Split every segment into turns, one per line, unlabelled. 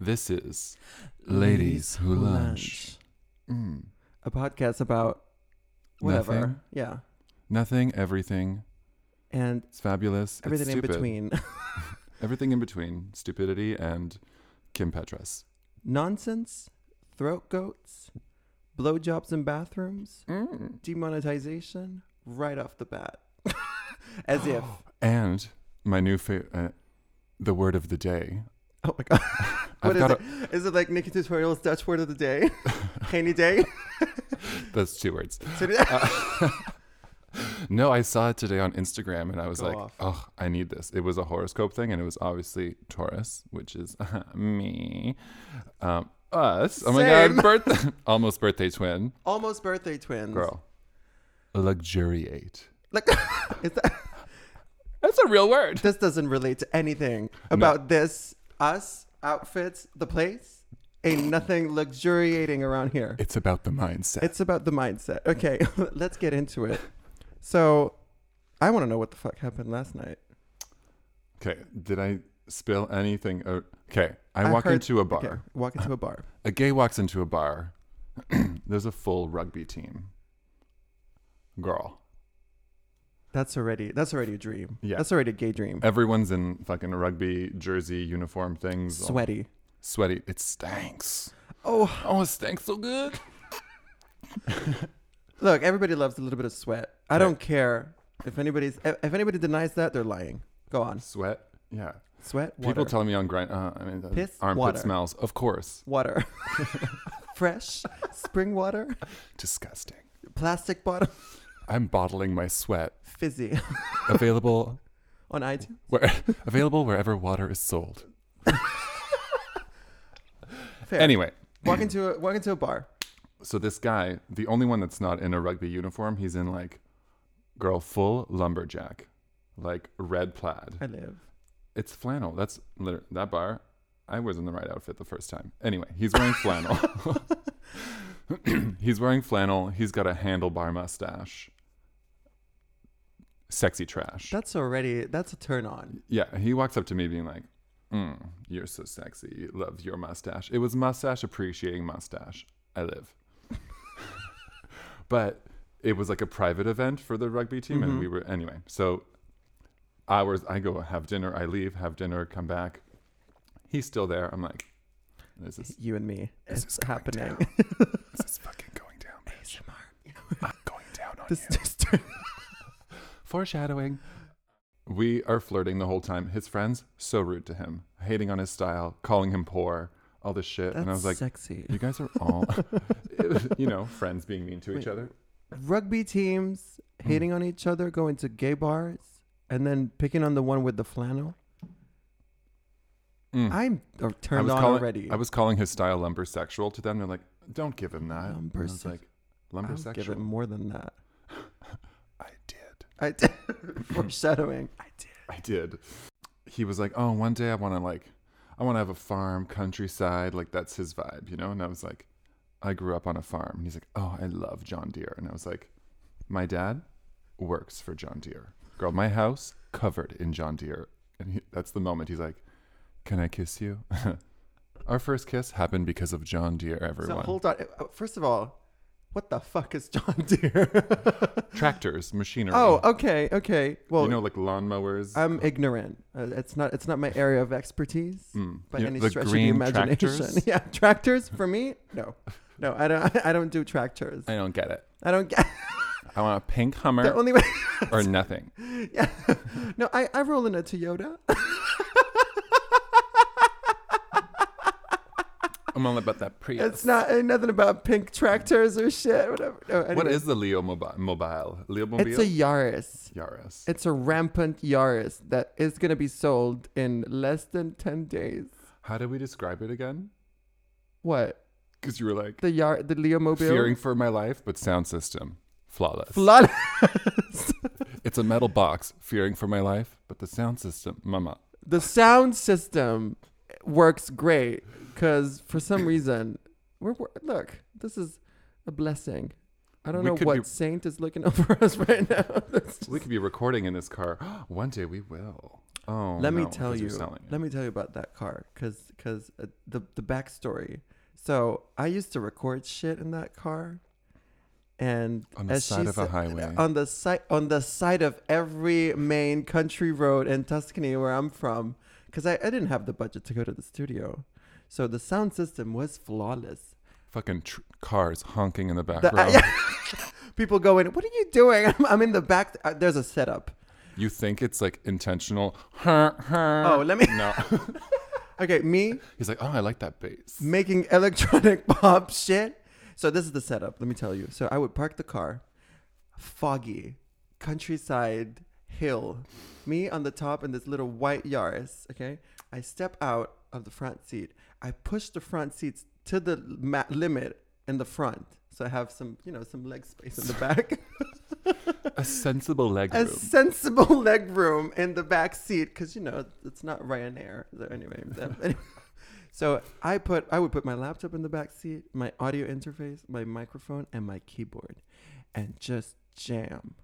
This is Ladies Who Lunch.
Mm. A podcast about whatever.
Nothing.
Yeah.
Nothing, everything.
And
It's fabulous. It's
everything in
stupid.
between.
Everything in between. Stupidity and Kim Petras.
Nonsense, throat goats, blowjobs in bathrooms, demonetization, right off the bat. As if.
And my new favorite, uh, the word of the day.
Oh my God.
I've
What is
got
it? Is it like Nikki Tutorial's Dutch word of the day? Haney day?
a- that's two words. Uh,
So did-
No, I saw it today on Instagram and I was
Go
like,
off.
oh, I need this. It was a horoscope thing and it was obviously Taurus, which is me, um, us. Oh my
Same.
God, birth- almost birthday twin.
Almost birthday twins.
Girl, luxuriate.
Like, is that,
That's a real word.
this doesn't relate to anything about this, us, outfits, the place. Ain't nothing luxuriating around here.
It's about the mindset.
It's about the mindset. Okay, let's get into it. So, I want to know what the fuck happened last night.
okay, did I spill anything? Uh, Okay, I,
I
walk
heard-
into a bar.
Okay, walk into a bar.
A gay walks into a bar. There's a full rugby team. Girl,
That's already that's already a dream.
Yeah.
that's already a gay dream.
everyone's in fucking rugby jersey uniform things. all
Sweaty.
sweaty. It stanks.
Oh,
Oh, it stanks so good.
look, everybody loves a little bit of sweat. I don't care if anybody's if if anybody denies that they're lying. Go on.
Sweat. Yeah.
Sweat. Water.
People tell me on grind. Uh, I mean, the
Piss,
armpit
water.
smells. Of course.
water. Fresh spring water,
Disgusting.
plastic bottle,
I'm bottling my sweat.
fizzy
Available
on iTunes.
where available wherever water is sold.
Fair.
Anyway,
Walk into a walk into a bar.
so this guy, the only one that's not in a rugby uniform, he's in like girl full lumberjack, like red plaid.
I live.
It's flannel. That's liter- that bar. I was in the right outfit the first time. Anyway, he's wearing flannel. he's wearing flannel. He's got a handlebar mustache. Sexy trash.
That's already that's a turn on.
yeah, he walks up to me being like, mm, "You're so sexy. Love your mustache." It was mustache appreciating mustache. I live. but it was like a private event for the rugby team, and we were anyway. So hours, I go have dinner, I leave, have dinner, come back. He's still there. I'm like, "This is
You and me.
This
It's
is going
happening.
this is fucking going down. bitch. I'm going down on
This
you." Foreshadowing. We are flirting the whole time. His friends, so rude to him, hating on his style, calling him poor, all this shit.
That's
and I was like,
sexy.
you guys are all, you know, friends being mean to each
Wait.
other.
Rugby teams
Hmm.
hating on each other, going to gay bars, and then picking on the one with the flannel.
Mm.
I'm uh,
I
turned
was
on
calling,
already.
I was calling his style lumbersexual to them. They're like, don't give him that. And I was
Lumberse-
like,
I'll give
lumbersexual.
it more than that.
I did.
I did.
Hmm.
Foreshadowing. I did.
I did. He was like, oh, one day I want to like, I want to have a farm, countryside. Like that's his vibe, you know? And I was like, I grew up on a farm. And he's like, oh, I love John Deere. And I was like, my dad works for John Deere. Girl, my house covered in John Deere. And he, that's the moment he's like, can I kiss you? Our first kiss happened because of John Deere,
So
everyone.
hold on. Uh, First of all, what the fuck is John Deere?
Tractors, machinery.
oh, okay, okay. Well,
you know, like lawnmowers.
I'm ignorant. Uh, it's not. It's not my area of expertise.
Mm.
by
You know,
any
the
stretch
green
of the imagination.
tractors?
Yeah, tractors for me? No, no, I don't. I don't do tractors.
I don't get it.
I don't get
I want a pink
the
Hummer
only way.
or nothing.
Yeah, no, I I roll in a Toyota.
Oh, I'm all about that Prius.
It's not ain't nothing about pink tractors or shit. Whatever. No,
What
anyway.
is the Leo mobi- mobile? Leo mobile?
It's a Yaris.
Yaris.
It's a rampant Yaris that is going to be sold in less than ten days.
How do we describe it again?
What
Because you were like
the Yar the Leo Mobile?
fearing for my life, but sound system flawless.
Flood.
it's a metal box. Fearing for my life, but the sound system, mama.
the sound system works great because for some reason we're, we're look this is a blessing i don't
We
know
could
what
be-
saint is looking over us right now That's
We
just-
could be recording in this car. One day we will. Oh,
let me
no,
tell
'cause you're
you.
selling it.
Let me tell you about that car, cause 'cause, uh, the the backstory. So I used to record shit in that car, and
on the
as she
side of a
said- uh,
highway.
on the side on the side of every main country road in Tuscany where I'm from, because I, I didn't have the budget to go to the studio, so the sound system was flawless.
Fucking tr- cars honking in the back
The- uh,
row.
People go in, what are you doing? I'm, I'm in the back. Uh, there's a setup.
You think it's like intentional? Oh,
Oh, let me.
no.
Okay, me
He's like, oh, I like that bass.
making electronic pop shit. So this is the setup. Let me tell you. So I would park the car, foggy, countryside hill. Me on the top in this little white Yaris. Okay, I step out of the front seat. I push the front seats to the ma- limit in the front, so I have some, you know, some leg space in the back.
A sensible leg
a
room.
sensible leg room in the back seat because you know it's not Ryanair. So anyway, that- anyway. so I put I would put my laptop in the back seat, my audio interface, my microphone, and my keyboard, and just jam.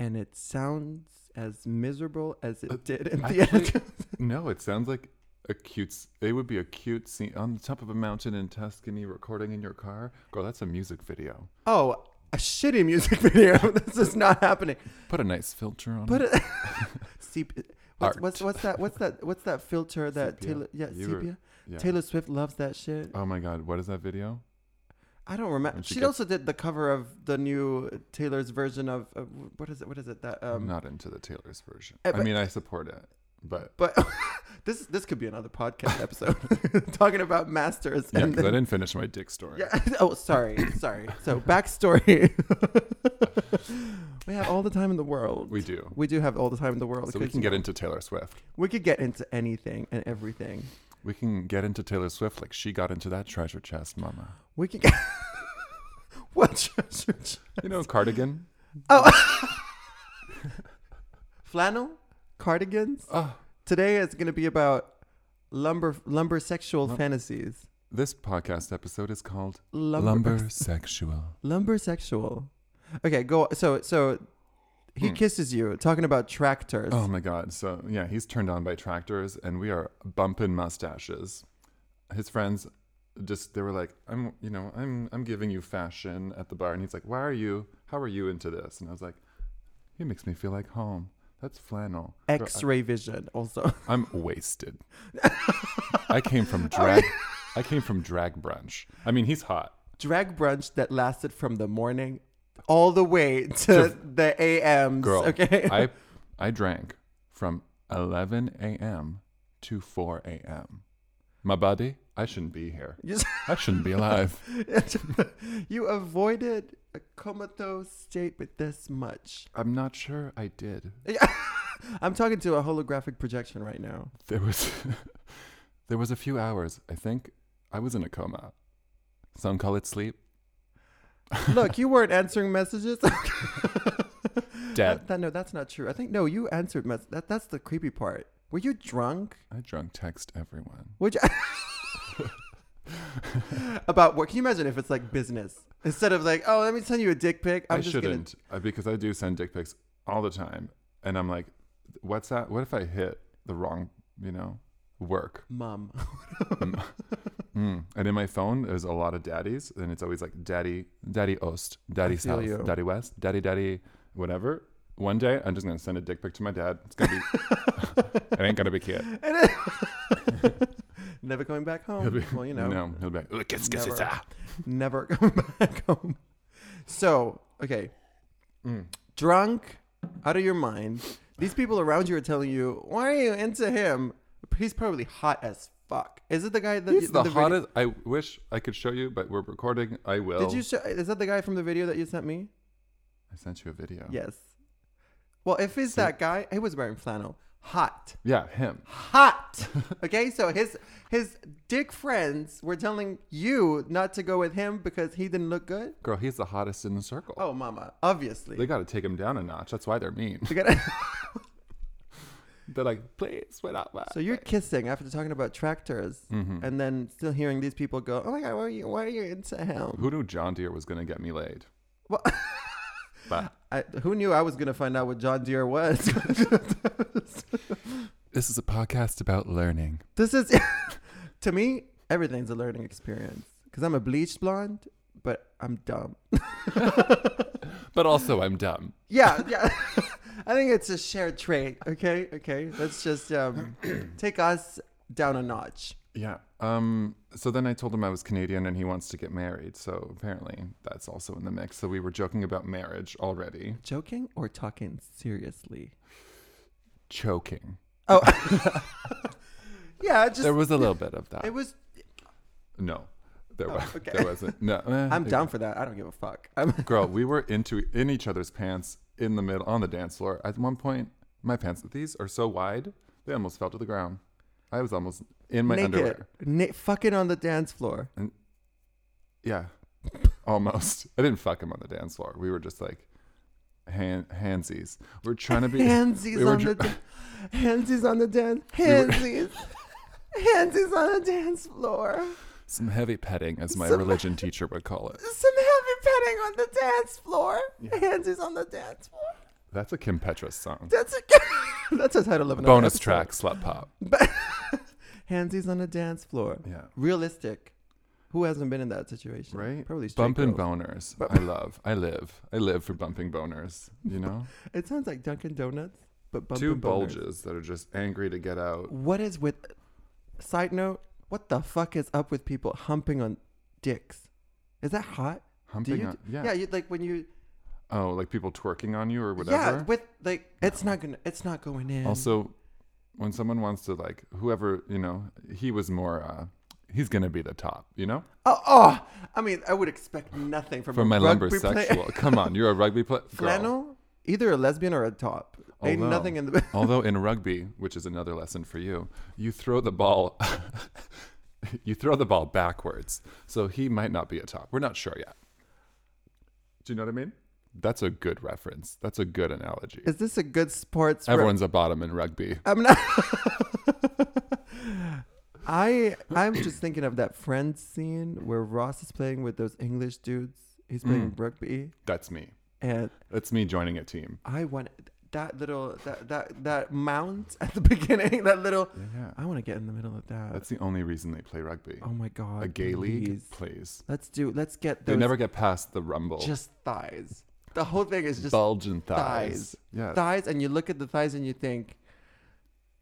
And it sounds as miserable as it
Uh,
did in the
actually-
end.
No, it sounds like a cute. s- It would be a cute scene on the top of a mountain in Tuscany, recording in your car. Girl, that's a music video.
oh, a shitty music video. this is not happening.
Put a nice filter on
Put
it.
it. Seep. What's,
Art.
what's what's that? What's that? What's that filter that
Sepia.
Taylor? Yeah,
You were-
sepia.
Yeah.
Taylor Swift loves that shit.
Oh my God, what is that video?
I don't remember.
And
She,
she gets-
also did the cover of the new Taylor's version of uh, what is it? What is it that? Um,
I'm not into the Taylor's version.
eh,
I
but-
mean, I support it, but
But this this could be another podcast episode talking about masters.
yeah,
and
because I
then-
didn't finish my dick story.
yeah. Oh, sorry, sorry. So backstory. we have all the time in the world.
We do.
We do have all the time in the world.
So we
'cause,
can
you
get
know,
into Taylor Swift.
We could get into anything and everything.
We can get into Taylor Swift like she got into that treasure chest, mama.
We could. Get, what treasure? chest?
You know, cardigan.
Flannel, cardigans.
Oh,
Today is going to be about lumber lumber sexual
Lum-
fantasies.
this podcast episode is called
Lumber
Lumber Sexual.
lumber sexual. Okay, go. So so he
Hmm.
kisses you. Talking about tractors.
Oh my God. So, yeah, he's turned on by tractors and we are bumping mustaches. His friends just, they were like, I'm, you know, I'm, I'm giving you fashion at the bar. And he's like, why are you, how are you into this? And I was like, he makes me feel like home. That's flannel. Girl,
X-ray vision. Also,
I- I'm wasted. I came from drag. I came from drag brunch. I mean, he's hot.
drag brunch that lasted from the morning all the way to the AMs.
Girl,
okay.
I, I drank from 11 a.m. to 4 a.m. My body, I shouldn't be here.
Yes.
I shouldn't be alive.
you avoided a comatose state with this much.
I'm not sure I did.
I'm talking to a holographic projection right now.
There was there was a few hours, I think I was in a coma. Some call it sleep.
Look, you weren't answering messages.
Dead.
That, that- no, that's not true. I think no, you answered mess. That that's the creepy part. Were you drunk?
I drunk text everyone.
Would you about work? Can you imagine if it's like business instead of like, oh, let me send you a dick pic. I'm
I
just
shouldn't uh, because I do send dick pics all the time and I'm like what's that? What if I hit the wrong, you know, work?
gonna mom.
Mm. Mm. And in my phone there's a lot of daddies and it's always like daddy, daddy ost, daddy
feel
south,
you.
daddy west, daddy daddy whatever. One day I'm just going to send a dick pic to my dad. It's going to be it ain't going to be cute.
And it- never coming back
He'll
home.
be-
well, you know,
No, he'll be like, "Look, it's- it's- it's- ah."
Never. never coming back home. So okay,
Mm.
drunk, out of your mind. These people around you are telling you, "Why are you into him? He's probably hot as fuck." Is it the guy that
He's
you-
the,
video-
hottest. I wish I could show you, but we're recording. I will.
Did you? Show, is that the guy from the video that you sent me?
I sent you a video.
Yes. Well, if it's
See?
that guy, he was wearing flannel, hot,
Yeah, him.
hot. okay, so his his dick friends were telling you not to go with him because he didn't look good.
Girl, he's the hottest in the circle.
Oh, mama, obviously.
They got to take him down a notch. That's why they're mean.
You gotta-
they're like, please, we're not.
so you're kissing after talking about tractors,
Mhm.
and then still hearing these people go, "Oh my god, why are you why are you into him?"
Who knew John Deere was going to get me laid?
Well,
But
I, who knew I was gonna find out what John Deere was?
this is a podcast about learning.
this is to me everything's a learning experience because I'm a bleached blonde, but I'm dumb.
But also, I'm dumb.
Yeah, yeah. I think it's a shared trait. Okay, okay. Let's just um, take us down a notch.
Yeah. Um. So then I told him I was Canadian and he wants to get married. So apparently that's also in the mix. So we were joking about marriage already.
Joking or talking seriously?
Choking.
Oh, yeah. Just
There was a little bit of that.
it was.
no, there, was,
Oh, okay.
there wasn't. No. eh,
I'm
it-
down for that. I don't give a fuck. I'm,
Girl, we were into in each other's pants in the middle on the dance floor. At one point, my pants these are so wide they almost fell to the ground. I was almost in my
naked,
underwear.
na- fucking on the dance floor.
Yeah, almost. I didn't fuck him on the dance floor. We were just like hand handsies. We're trying to be
Handsies
we were
on
dr-
the da- handsies on the dance.
were-
Handsies. Handsies on the dance floor.
some heavy petting, as my
Some-
religion teacher would call it.
Some heavy petting on the dance floor.
Yeah.
Handsies on the dance floor.
That's a Kim Petras song.
That's a that's a title of an
Bonus track, slut pop.
Handsies on the dance floor.
Yeah,
Realistic. Who hasn't been in that situation?
right.
Probably straight
bumping
girls.
boners. I love. I live. I live for bumping boners. You know.
It sounds like Dunkin' Donuts, but bump
two
and boners.
bulges that are just angry to get out.
What is with? Side note: What the fuck is up with people humping on dicks? Is that hot?
Humping
you
on,
Yeah,
yeah.
you like when you
Oh, like people twerking on you or
yeah
whatever.
with like it's not gonna it's not going in.
also, when someone wants to like whoever you know, he was more. uh He's gonna be the top. You know,
oh, oh, I mean, I would expect nothing from
for
a
my lumber
rugby player.
sexual. Come on, you're a rugby player.
flannel, either a lesbian or a top. Ain't
Although-
nothing in the
Although in rugby, which is another lesson for you, you throw the ball. you throw the ball backwards, so he might not be a top. We're not sure yet. Do you know what I mean? That's a good reference. That's a good analogy.
is this a good sports? rep-
Everyone's a bottom in rugby.
I'm not. I I'm just thinking of that Friends scene where Ross is playing with those English dudes. He's playing
Mm.
rugby,
That's me.
and
That's me joining a team.
I want that little that that that mount at the beginning. That little.
Yeah.
I want to get in the middle of that.
Ah. That's the only reason they play rugby.
oh my god.
a gay
please.
league plays.
Let's do. Let's get
They
those.
never get past the rumble.
just thighs. The whole thing is just
bulge and thighs.
thighs.
Yeah.
thighs, and you look at the thighs and you think,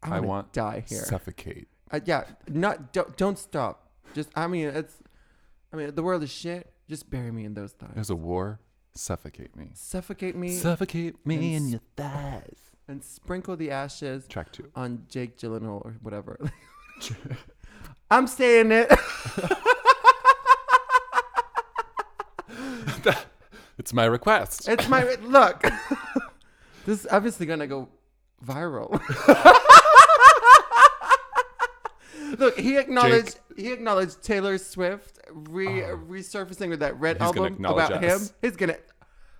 I
I, wanna
want
die here.
Suffocate.
Uh, yeah, not don't, don't stop. Just I mean it's, I mean the world is shit. Just bury me in those thighs.
There's a war. Suffocate me.
Suffocate me
Suffocate me
And
in
s-
your thighs.
and sprinkle the ashes
Track two.
on Jake Gyllenhaal or whatever. I'm saying it.
It's my request.
It's my look. this is obviously gonna go viral. look, he acknowledged he acknowledged Taylor Swift re resurfacing with that red
Oh. He's gonna
album
acknowledge
about him.
us.
He's gonna,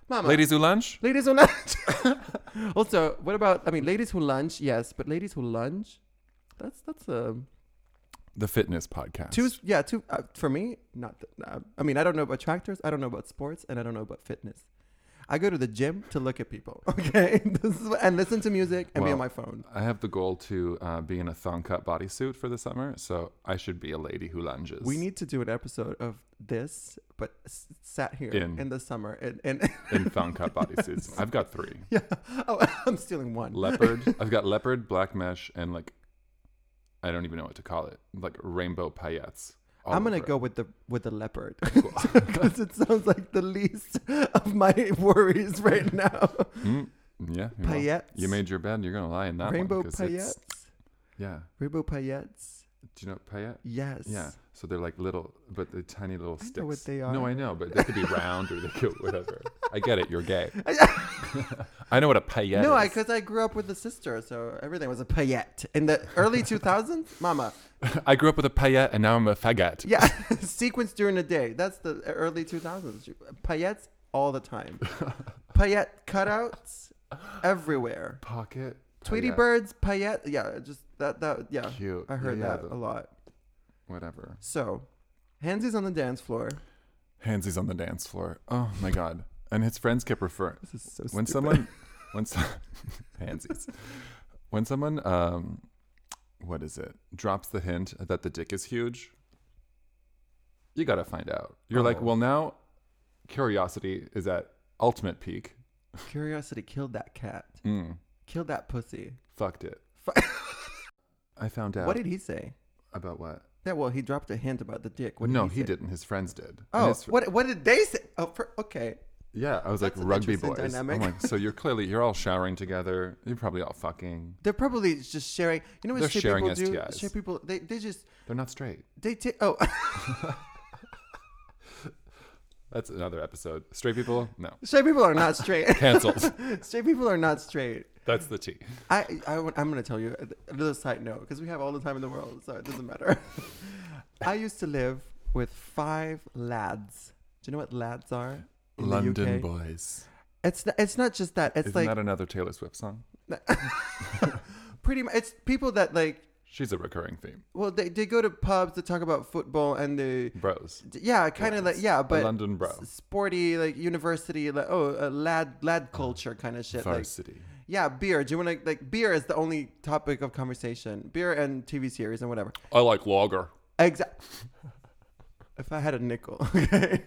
Mama.
Ladies who lunch?
Ladies who lunch. also, what about? I mean, ladies who lunch, yes, but ladies who lunge, that's that's a
The fitness podcast.
two. Yeah, two uh, for me. Not. th- uh, I mean, I don't know about tractors. I don't know about sports, and I don't know about fitness. I go to the gym to look at people, okay, this is, what- and listen to music and be on
Well,
my phone.
I have the goal to uh, be in a thong cut bodysuit for the summer, so I should be a lady who lunges.
We need to do an episode of this, but s- sat here
In.
in, the summer, and, and
in thong cut bodysuits. I've got three.
yeah, oh, I'm stealing one.
leopard. I've got leopard, black mesh, and like I don't even know what to call it. Like rainbow paillettes. all
I'm gonna
over it.
go with the with the leopard because it sounds like the least of my worries right now.
Mm, yeah. You, will.
Paillettes,
You made your bed. You're gonna lie in that
rainbow
one 'cause it's-
paillettes,
Yeah.
rainbow paillettes.
Do you know what paillette?
Yes.
Yeah. So they're like little, but the tiny little
I
sticks.
know what they
No,
are.
I know, but they could be round or they could whatever. I get it. You're gay. I know what a paillette
no,
is.
I because I grew up with a sister, so everything was a paillette in the early 2000s. Mama,
I grew up with a paillette and now I'm a faggot.
yeah, sequence during the day. That's the early 2000s. Paillettes all the time. Paillette cutouts everywhere.
Pocket.
Tweety
paillette,
birds, paillette. Yeah, just that that yeah.
Cute.
I heard
Yeah, yeah,
that
the-
a lot.
Whatever.
So, Hansy's on the dance floor.
Handsy's on the dance floor. Oh my god. And his friends kept referring
This is so
when
stupid.
someone when so- pansies when someone um what is it drops the hint that the dick is huge you gotta find out you're like
Oh.
well now curiosity is at ultimate peak
Curiosity killed that cat.
mm,
Killed that pussy.
fucked it
Fu-
i found out
What did he say?
about what
Yeah, well, he dropped a hint about the dick. What did
no
he,
he,
say?
didn't his friends did And
Oh,
his fr-
what what did they say? Oh, for, okay.
yeah i was
That's
like
an
rugby
interesting
boys i'm
dynamic.
like so you're clearly you're all showering together you're probably all fucking
They're probably just sharing. You know what
They're
straight
sharing
people do?
STIs.
Straight people, they they just
they're not straight
they take. Oh,
that's another episode straight people no
straight people are not straight.
Cancelled.
straight people are not straight.
that's the t
I, I am gonna tell you a little side note because we have all the time in the world, so it doesn't matter. I used to live with five lads. Do you know what lads are? in the
London
UK?
boys.
It's not, it's not just that. It's
Isn't
like
that another Taylor Swift song?
pretty much. It's people that like.
She's a recurring theme.
Well, they, they go to pubs to talk about football and they
Bros.
yeah, kind of like
Lads.
yeah,
A
but
London bro.
s- sporty like university like oh uh, lad lad culture kind of shit like
Varsity.
yeah beer do you want to like beer is the only topic of conversation beer and TV series and whatever
I like lager.
exact if I had a nickel okay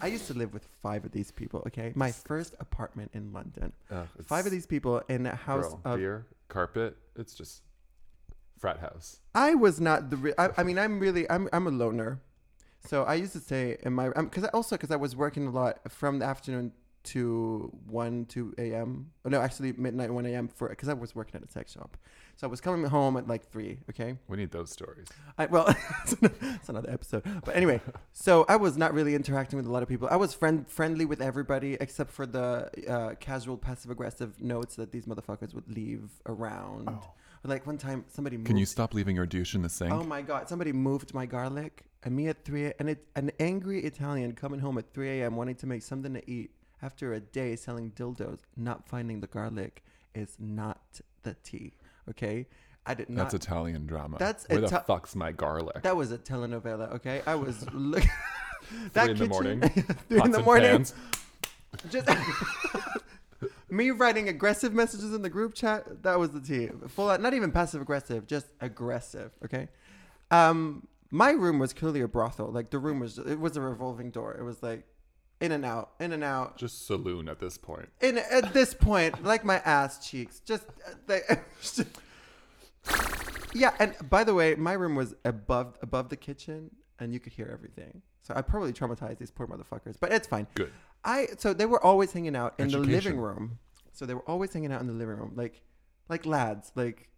I used to live with five of these people okay my first apartment in London
Ugh, it's
five of these people in a house
girl,
of
beer, carpet. It's just frat house.
I was not the. Re- I, I mean, I'm really. I'm. I'm a loner, so I used to say in my. Because I also because I was working a lot from the afternoon to one two a.m. Oh, no, actually midnight one a.m. for because I was working at a sex shop, so I was coming home at like three. Okay.
We need those stories.
I, well, it's another episode. But anyway, so I was not really interacting with a lot of people. I was friend friendly with everybody except for the uh, casual passive aggressive notes that these motherfuckers would leave around. Like one time, somebody moved
Oh. Can you stop leaving your douche in the sink?
Oh my god! Somebody moved my garlic, and me at three, and it, an angry Italian coming home at three a.m. wanting to make something to eat after a day selling dildos, not finding the garlic is not the tea. Okay, I did not.
that's Italian drama.
That's
Where the
Ita-
fuck's my garlic?
that was a telenovela. Okay, I was looking.
Three in the morning.
three in
Pots
the
and
morning.
pans.
Just me writing aggressive messages in the group chat. That was the tea. Full out, not even passive aggressive, just aggressive. Okay. Um, my room was clearly a brothel. Like the room was, it was a revolving door. It was like in and out, in and out.
Just saloon at this point.
In at this point, like my ass cheeks, just uh, the. yeah, and by the way, my room was above above the kitchen, and you could hear everything. So I probably traumatized these poor motherfuckers, but it's fine.
Good.
I so they were always hanging out in the
Education.
living room. So they were always hanging out in the living room, like like lads, like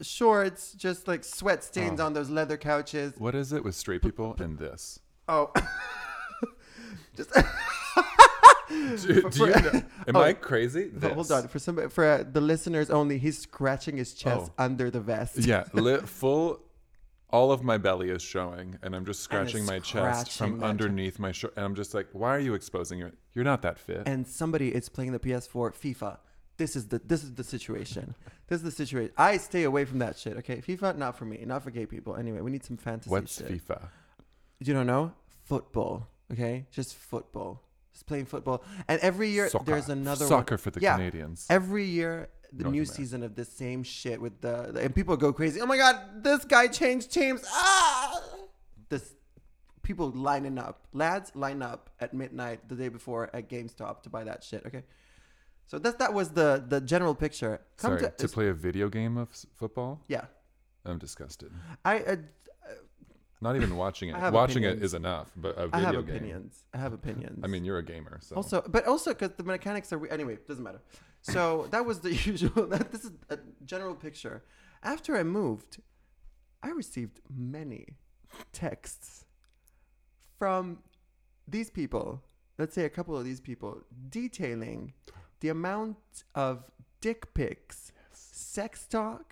shorts, just like sweat stains
Oh.
on those leather couches.
What is it with straight people and this?
Oh,
Do, do you know, am I crazy?
Oh, but hold
This.
on for some for uh, the listeners only. He's scratching his chest
Oh.
under the vest.
Yeah, lit full. All of my belly is showing, and I'm just
And it's
scratching my chest
scratching
from
that
underneath my shirt. And I'm just like, why are you exposing your? You're not that fit.
and somebody is playing the PS4 FIFA. This is the this is the situation. this is the situation. I stay away from that shit. Okay, FIFA not for me, not for gay people. Anyway, we need some fantasy
What's
shit.
FIFA?
You don't know football. Okay, just football. Just playing football. And every year
Soccer.
there's another one.
soccer for the
Yeah.
Canadians.
Every year the
North
new
America.
season of this same shit with the and people go crazy. Oh my god, this guy changed teams. Ah, this people lining up. Lads line up at midnight the day before at GameStop to buy that shit. Okay. So that that was the the general picture.
Sorry, to, play a video game of s- football.
yeah.
I'm disgusted.
I uh,
Not even watching it.
I have
Watching
opinions.
it is enough, but a
I
video
have
game.
opinions. I have opinions.
I mean, you're a gamer, so
Also, but also because the mechanics are we- anyway, doesn't matter. So that was the usual. That, this is a general picture. After I moved, I received many texts from these people. Let's say a couple of these people detailing the amount of dick pics, sex talk,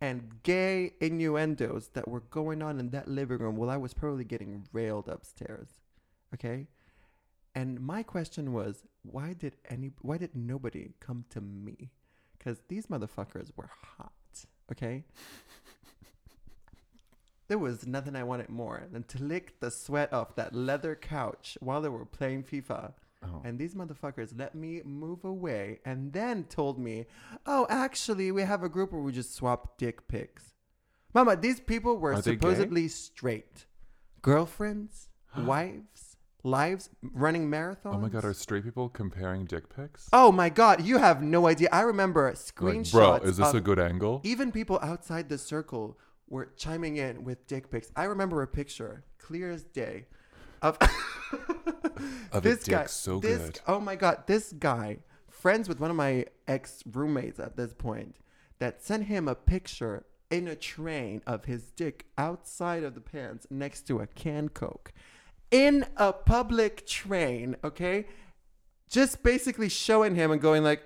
and gay innuendos that were going on in that living room while I was probably getting railed upstairs. Okay. And my question was, why did any why did nobody come to me? Cuz these motherfuckers were hot, okay? there was nothing I wanted more than to lick the sweat off that leather couch while they were playing FIFA
Oh.
And these motherfuckers let me move away and then told me, oh, actually, we have a group where we just swap dick pics. Mama, these people were
Are they gay?
supposedly straight. Girlfriends, wives, lives, running marathons.
Oh my god, are straight people comparing dick pics?
Oh my God, you have no idea. I remember
Like,
screenshots.
bro, is this
of-
a good angle?
Even people outside the circle were chiming in with dick pics. I remember a picture, clear as day, of,
Of a
this
dick
guy.
so
this,
good.
Oh my god, this guy, friends with one of my ex roommates at this point, that sent him a picture in a train of his dick outside of the pants next to a can coke, in a public train. Okay, just basically showing him and going like,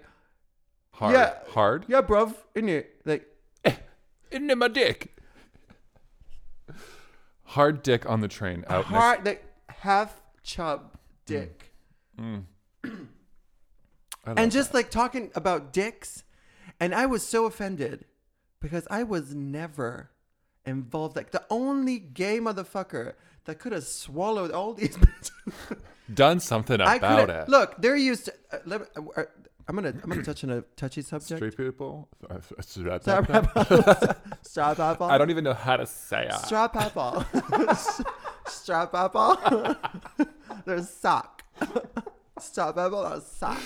Hard.
Yeah.
Hard?
"Yeah, bruv, in it." Like,
Into my dick. Hard dick on the train out next-
hard, like half chub dick.
I Mm. love
and just like talking about dicks. And I was so offended because I was never involved. Like the only gay motherfucker that could have swallowed all these bitches.
done something
I
about
coulda-
it.
Look, they're used to. Uh, let me, uh, uh, I'm gonna I'm gonna touch on a touchy subject.
Straight people.
Stop eyeballs. Stop eyeball.
I don't even know how to say it.
Strap eyeball. Strap eyeball. There's sock. Strap eyeball. There's sock.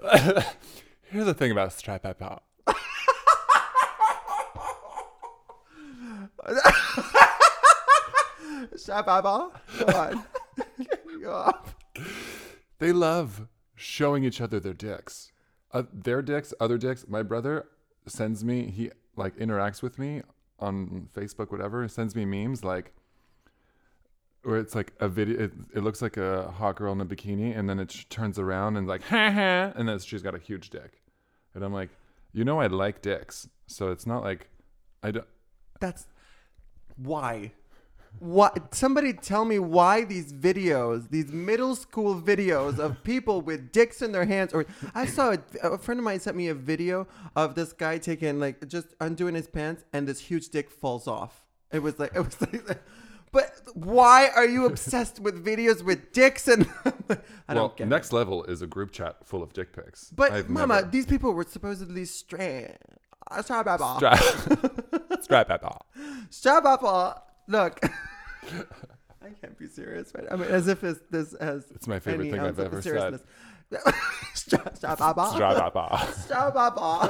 Here's the thing about strap out.
Strap eyeball. Come on. Go up.
They love showing each other their dicks. Uh, their dicks, other dicks. My brother sends me, he like interacts with me on Facebook, whatever, sends me memes like, where it's like a video, it, it looks like a hot girl in a bikini, and then it sh- turns around and like, ha ha, and then she's got a huge dick. And I'm like, you know, I like dicks. So it's not like, I don't,
That's why. What? Somebody tell me why these videos, these middle school videos of people with dicks in their hands, or I saw a, a friend of mine sent me a video of this guy taking like just undoing his pants and this huge dick falls off. It was like it was like. But why are you obsessed with videos with dicks and? I
well,
don't get. it.
next level is a group chat full of dick pics.
But
I've
mama,
never-
these people were supposedly straight. Uh, Strap up, all.
strap, strap out.
Strap up, all. Look. I can't be serious right now. I mean, as if this, this has.
It's my favorite
any
thing I've
ounce of
ever
seriousness. Strap strap up, all.
Strap out.
Strap up, all.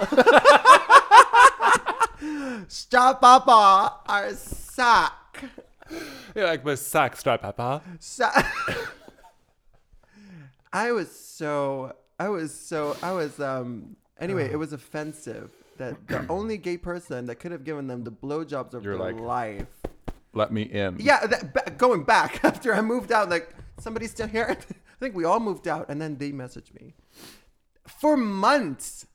Strap up, all. Our sock.
You're like, but sack strap papa.
So- I was so I was so I was um anyway,
Uh.
it was offensive that the only gay person that could have given them the blowjobs of
You're
their
like-
life.
Let me in.
Yeah, that, ba- going back after I moved out, like somebody's still here. I think we all moved out, and then they messaged me for months.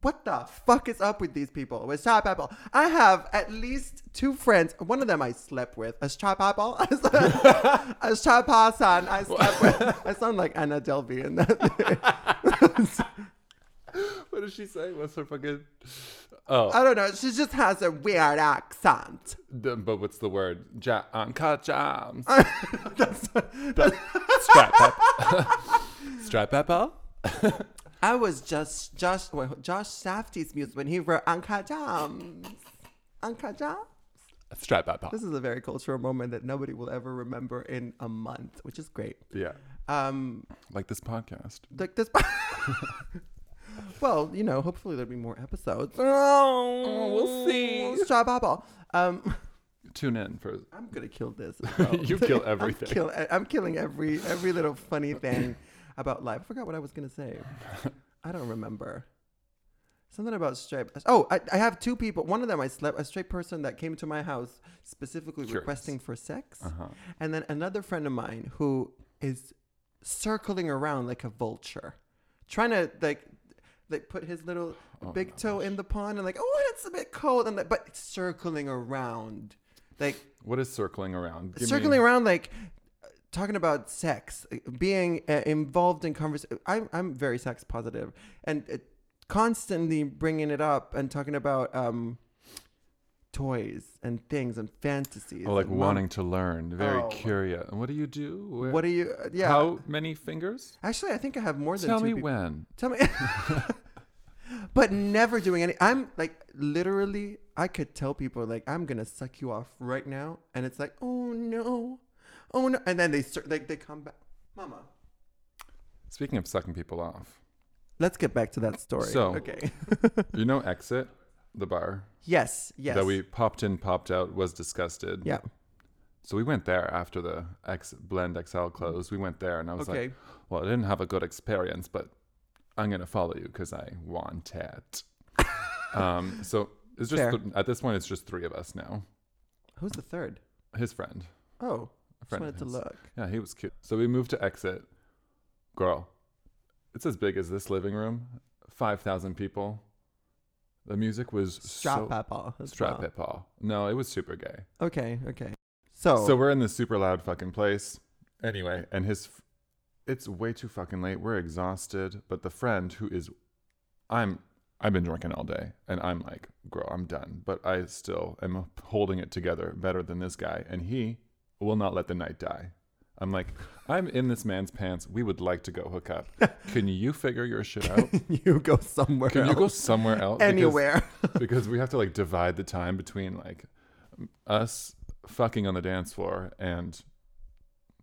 What the fuck is up with these people? With Strap Apple, I have at least two friends. One of them I slept with. A Strap Apple, a Strap Hassan. I slept with. I sound like Anna Delvey in that.
What did she say? What's her fucking? Oh,
I don't know. She just has a weird accent.
the- but what's the word? Ja- um, Anka jams.
That's,
strap papa. strap papa.
I was just Josh well, Josh Safdie's music when he wrote Anka Jams. Anka Jams.
Strap papa.
This is a very cultural moment that nobody will ever remember in a month, which is great.
Yeah,
Um,
like this podcast.
like this. well, you know, hopefully there'll be more episodes.
Oh, we'll see.
Straw Bobble. Um,
Tune in for.
I'm gonna kill this. as well.
You kill
I'm
everything.
kill- I- I'm killing every every little funny thing about life. I forgot what I was gonna say. I don't remember. Something about straight. Oh, I, I have two people. One of them I slept a straight person that came to my house specifically
Curious.
requesting for sex,
Uh huh.
and then another friend of mine who is circling around like a vulture, trying to like like put his little
Oh,
big toe in the pond and like oh it's a bit cold and like, but circling around like
What is circling around? Give me-
circling around like uh, talking about sex uh, being uh, involved in conversation I'm, I'm very sex positive and uh, constantly bringing it up and talking about um toys and things and fantasies.
Oh, like
and mom-
wanting to learn, very
Oh.
curious. What do you do? Where-
What are you? uh, Yeah.
How many fingers?
Actually, I think I have more than
Tell
two
me
peop-
when.
Tell me. but never doing any. I'm like literally. I could tell people like I'm gonna suck you off right now, and it's like, oh no, oh no, and then they start like they come back, mama.
Speaking of sucking people off,
Let's get back to that story.
So-
okay.
you know, Exit, the bar
yes. Yes.
that we popped in, popped out, was disgusted.
Yeah.
So we went there after the X Blend XL closed. We went there, and I was
Okay.
like, "Well, I didn't have a good experience, but I'm gonna follow you because I want it." um, so it's just
Fair.
th- at this point, it's just three of us now.
Who's the third?
His friend,
Oh,
a
just
friend.
wanted to
of his.
look.
Yeah, he was cute. So we moved to Exit. Girl, it's as big as this living room. Five thousand people. The music was
Strap
so,
Papa. as
strap
well.
it, Paul. No, it was super gay.
Okay. Okay. So.
So we're in this super loud fucking place. Anyway, and his, f- it's way too fucking late. We're exhausted. But the friend who is, I'm, I've been drinking all day, and I'm like, girl, I'm done. But I still am holding it together better than this guy, and he will not let the night die. I'm like, I'm in this man's pants. We would like to go hook up. Can you figure your shit out?
you go somewhere.
oh. Can you go
else.
somewhere else? Because-
anywhere?
because we have to like divide the time between like m- us fucking on the dance floor and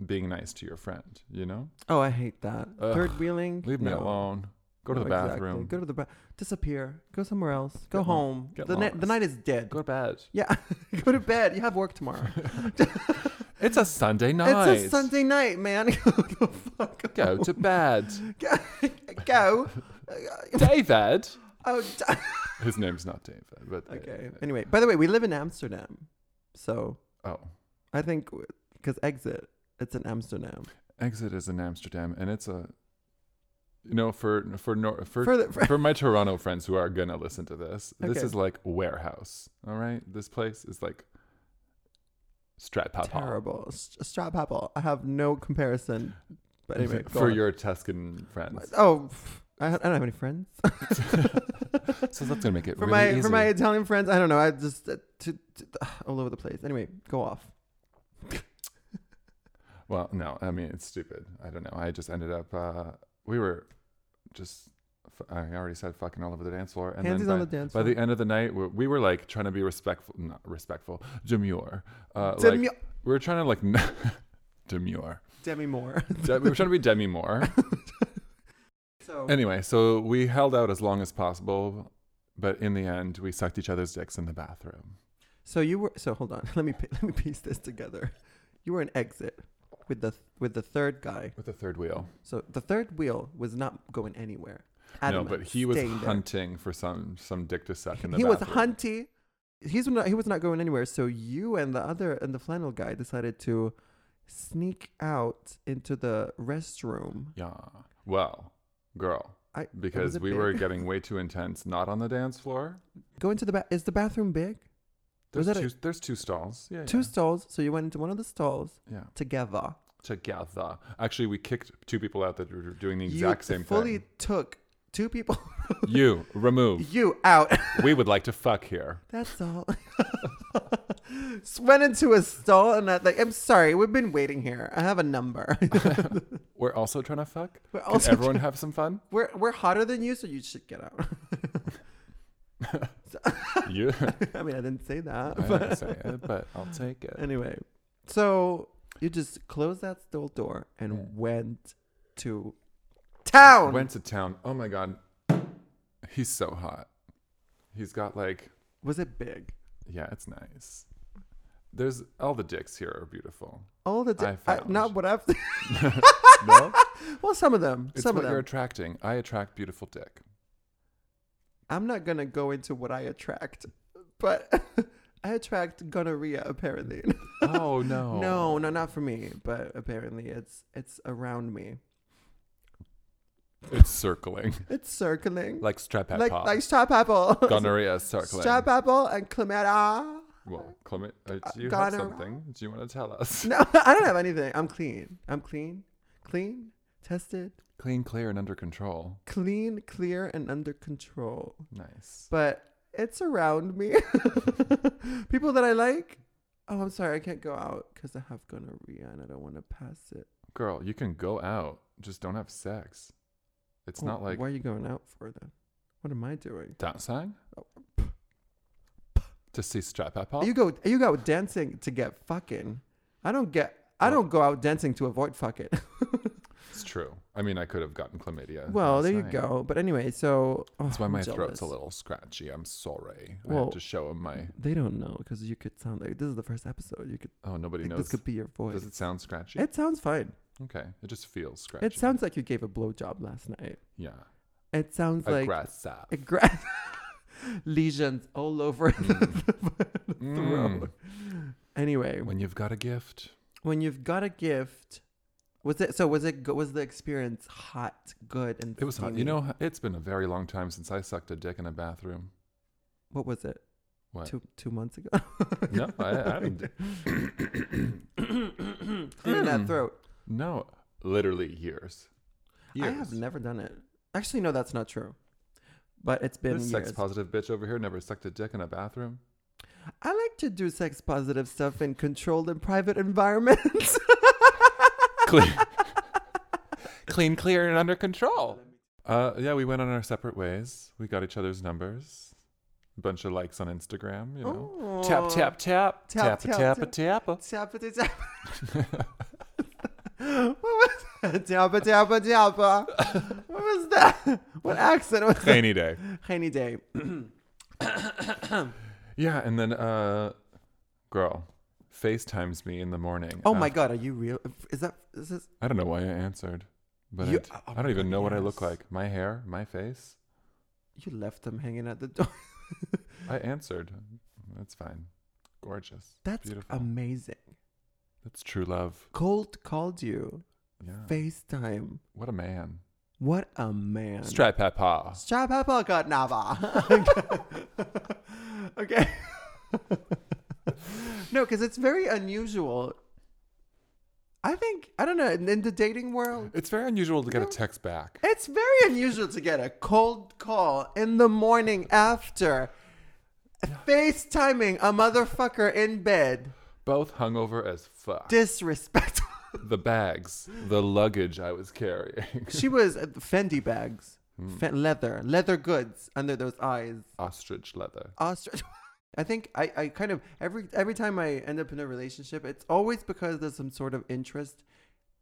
being nice to your friend, you know?
oh, I hate that.
Ugh.
Third wheeling.
Leave me
No.
alone. Go to the
Oh, exactly.
bathroom.
Go to the bathroom. Disappear. Go somewhere else.
Get
Go
lo-
home.
get
the, ni-
lost.
the night is dead.
Go to bed.
yeah. go to bed. You have work tomorrow.
It's a Sunday night.
It's a Sunday night, man. go the fuck
Go
home.
to bed.
go.
David.
Oh, d-
His name's not David, but
okay. Uh, Anyway, by the way, we live in Amsterdam, so
Oh.
I think because exit, it's in Amsterdam.
Exit is in Amsterdam and it's a you know, for for nor, for
For the- for-
for my Toronto friends who are gonna listen to this, this
Okay.
is like warehouse. All right, this place is like strat pop
Terrible. S- Strap apple. I have no comparison. But anyway, go
for
on.
your Tuscan friends.
oh, pff, I, I don't have any friends.
So that's gonna make it
for
really
my
easy.
for my Italian friends, I don't know. I just uh, to, to, all over the place. Anyway, go off.
well, no, I mean it's stupid. I don't know. I just ended up. Uh, we were just. f- I already said fucking all over the dance floor, and
Hands
then
is
by,
on the dance
by
floor.
the end of the night, we, we were like trying to be respectful, not respectful, demure. Uh,
Demi,
like, we were trying to like demure.
Demi Moore.
De- we were trying to be Demi Moore.
so
Anyway, so we held out as long as possible, but in the end, we sucked each other's dicks in the bathroom.
so you were so hold on. Let me pi- let me piece this together. You were an exit with the with the third guy.
With a third wheel.
So the third wheel was not going anywhere.
no,
Adamant,
but he was
staying there.
hunting for some some dick to suck in the
He was
bathroom.
hunty. He's not, he was not going anywhere. So you and the other and the flannel guy decided to sneak out into the restroom.
Yeah. Well, girl,
I- it was
because
a
we
bit-
were getting way too intense, not on the dance floor.
Go into the ba- is the bathroom big?
There's
Was that
two,
a-
there's two stalls. Yeah.
Two
yeah.
stalls. So you went into one of the stalls
yeah.
together.
Together. Actually, we kicked two people out that were doing the
You
exact same
fully
thing.
took two people.
You remove.
you out.
we would like to fuck here.
That's all. Just went into a stall and I like, I'm sorry, we've been waiting here. I have a number.
We're also trying to fuck.
We're
Can
also
everyone have some fun?
we're we're hotter than you, so you should get out.
You.
I mean, I didn't say that.
I
but
didn't say it, but I'll take it.
anyway, so you just closed that stall door and
Yeah.
went to town.
Went to town. Oh my god, he's so hot. He's got like,
Was it big?
yeah, it's nice. There's all the dicks here are beautiful.
All the
I
di- I-
found.
not what I've
No,
well, some of them,
it's
some of
what
them.
you're attracting. I attract beautiful dick.
I'm not gonna go into what I attract, but I attract gonorrhea apparently.
Oh no,
No, no, not for me. But apparently, it's it's around me.
it's circling
It's circling
like strep
like
pop.
like strap apple,
Gonorrhea is circling.
strap apple, and chlamydia.
well, Clement, uh,
Uh,
do you have
gonorrhea.
something? Do you want to tell us?
No, I don't have anything. I'm clean. I'm clean, clean, tested,
Clean, clear, and under control.
clean, clear, and under control.
Nice.
But it's around me. People that I like. Oh, I'm sorry, I can't go out because I have gonorrhea and I don't want to pass it.
Girl, you can go out, just don't have sex. It's
Oh,
not like
Why are you going out for then? What am I doing?
dancing
Oh,
to see strap apple.
You go. You go out dancing to get fucking. I don't get. I
Well-
don't go out dancing to avoid fucking.
It's true. I mean, I could have gotten chlamydia.
well,
last
there you
night.
go. But anyway, so oh,
That's why
I'm
my
jealous.
throat's a little scratchy. I'm sorry. I
Well-
had to show him my.
They don't know because you could sound like this is the first episode. You could.
Oh, nobody
Like,
knows.
this could be your voice.
Does it sound scratchy?
It sounds fine.
okay, it just feels scratchy.
It sounds like you gave a blowjob last night.
yeah.
It sounds like
Aggressive.
aggra- lesions all over
Mm.
the throat. Anyway,
When you've got a gift,
when you've got a gift, was it so? Was it go- was the experience hot, good, and
it was hot. You
steamy?
know, it's been a very long time since I sucked a dick in a bathroom.
what was it?
What?
Two two months ago.
No, I- I haven't.
Clearing that
Mm.
throat.
No, literally years. Years.
I have never done it. Actually, no, that's not true. But it's been
this
years.
sex positive bitch over here never sucked a dick in a bathroom.
I like to do sex positive stuff in controlled and private environments.
Clean, clean, clear, and under control. Uh, yeah, we went on our separate ways. We got each other's numbers, a bunch of likes on Instagram. You know, tap
Aw.
tap tap tap
Tap,
tap
tap,
tap tap.
Oh. Tap it, tap. what was that? Tappa, tappa, tappa. What was that? What accent was that?
Rainy day.
Rainy day.
Yeah, and then uh, girl FaceTimes me in the morning.
Oh my
af-
god, are you real? Is that is this?
I don't know why I answered, but I,
You-
d-
oh
I
my
don't even
God,
know what I look
yes.
like. My hair, my face.
You left them hanging at the door.
I answered. That's fine. Gorgeous.
That's
Beautiful.
amazing.
That's true love.
Cold called you.
Yeah.
FaceTime.
What a man.
What a man.
Strap papa.
Strap up a good nava. okay. no, because it's very unusual. I think I don't know in in the dating world.
It's very unusual to get a text back.
It's very unusual to get a cold call in the morning after FaceTiming a motherfucker in bed.
Both hungover as fuck.
Disrespectful.
the bags, the luggage I was carrying.
she was uh, Fendi bags, Fe- leather, leather goods under those eyes.
Ostrich leather.
ostrich. I think I, I kind of every every time I end up in a relationship, it's always because there's some sort of interest,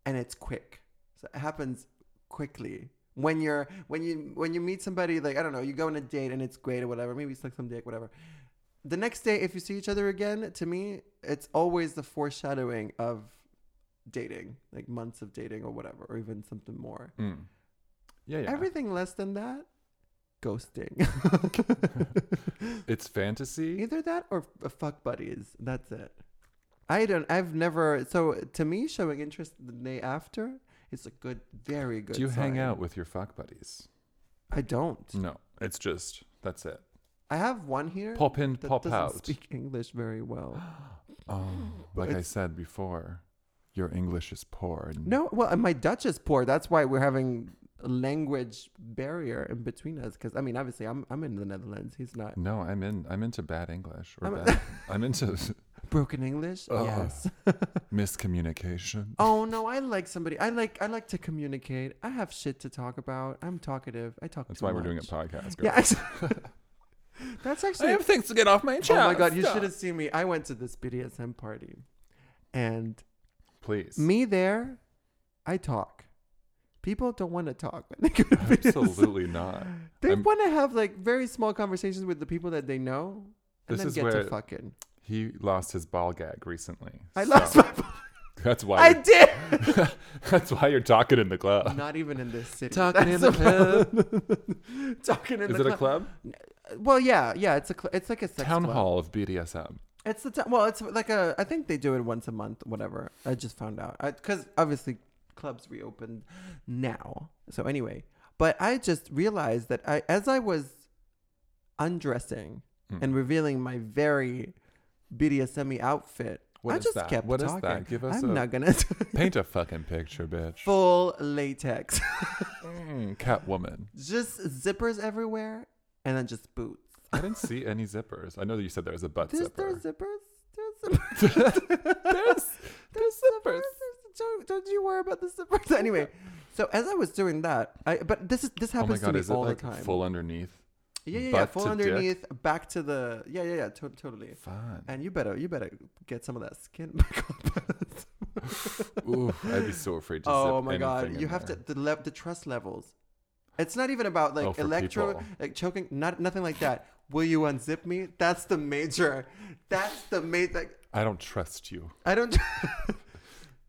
and it's quick. So it happens quickly when you're when you when you meet somebody like I don't know you go on a date and it's great or whatever. Maybe you suck some dick, whatever. The next day, if you see each other again, to me, it's always the foreshadowing of dating, like months of dating or whatever, or even something more.
Mm. Yeah, yeah.
Everything less than that, ghosting.
it's fantasy.
Either that or f- uh, fuck buddies. That's it. I don't. I've never. So to me, showing interest the day after is a good, very good.
Do you hang
sign.
out with your fuck buddies?
I don't.
No. It's just, that's it.
I have one here
Pop in,
that
pop
doesn't
out.
speak English very well.
Oh, like I
It's-
said before, your English is poor. and-
No, well, and my Dutch is poor. That's why we're having a language barrier in between us. Because I mean, obviously, I'm I'm in the Netherlands. He's not
No, I'm in. I'm into bad English. Or
I'm-
bad, I'm into
broken English.
Oh.
Yes.
miscommunication.
Oh no, I like somebody. I like I like to communicate. I have shit to talk about. I'm talkative. I talk.
That's
too
why we're doing a
much.
podcast. Girl.
Yeah, actually, that's actually.
things to get off my
oh my god, you should have seen me. I went to this BDSM party, and
Please.
me there, I talk. People don't want to talk when they go to BDSM.
Absolutely not.
They
I'm-
want to have like very small conversations with the people that they know, and
This
then
is
get
where-
to fucking.
He lost his ball gag recently.
I
so
lost my.
That's why.
I did.
you're- that's why you're talking in the club.
Not even in this city.
Talking in
That's
the
about- talking in
Is
the
it a club?
Well, yeah, yeah. It's a cl- it's like a sex
Town
club.
hall of BDSM.
It's the time. Well, it's like a. I think they do it once a month, whatever. I just found out because obviously clubs reopened now. So anyway, but I just realized that I, as I was undressing
Mm.
and revealing my very BDSM outfit,
What
I
is
just
that?
kept
What is
talking.
that? Give us
I'm
a-
not gonna
Paint a fucking picture, bitch.
full latex,
Mm, Catwoman.
just zippers everywhere, and then just boots.
I didn't see any zippers. I know that you said there was a butt
There's,
zipper.
there's zippers. There's zippers.
There's-
there's zippers. Don't, don't you worry about the zippers. Anyway, so as I was doing that, I but this is this
oh my
happens
god,
to me
is it
all
like
the time.
full underneath?
yeah, yeah, yeah.
butt
Full
to dick?
underneath, back to the yeah, yeah, yeah. To- totally.
Fun.
And you better you better get some of that skin back up.
Ooh, I'd be so afraid to
oh
zip
my god,
anything
you
in
have
there.
to the le- the trust levels. It's not even about like
Oh, for
electro
people.
like choking, not nothing like that. Will you unzip me? That's the major. That's the major. Like,
I don't trust you.
I don't.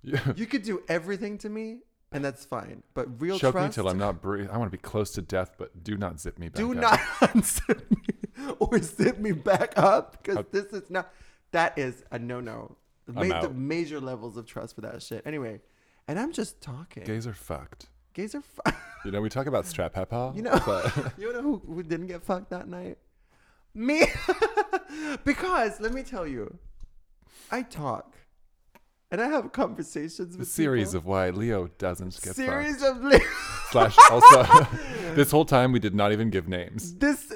Yeah.
you could do everything to me, and that's fine. But real
Choke me
trust.
till I'm not breathing. I want to be close to death, but do not zip me back.
do
up.
not unzip me or zip me back up because this is not. That is a no no.
I'm
the
out.
major levels of trust for that shit. Anyway, and I'm just talking.
Gays are fucked.
Gays are. F-
You know, we talk about strap papa.
You know,
but
you know who, who didn't get fucked that night? Me. because let me tell you, I talk, and I have conversations
the
with
series
people.
of why Leo doesn't get fucked.
series of li-
Slash, also, this whole time we did not even give names.
this.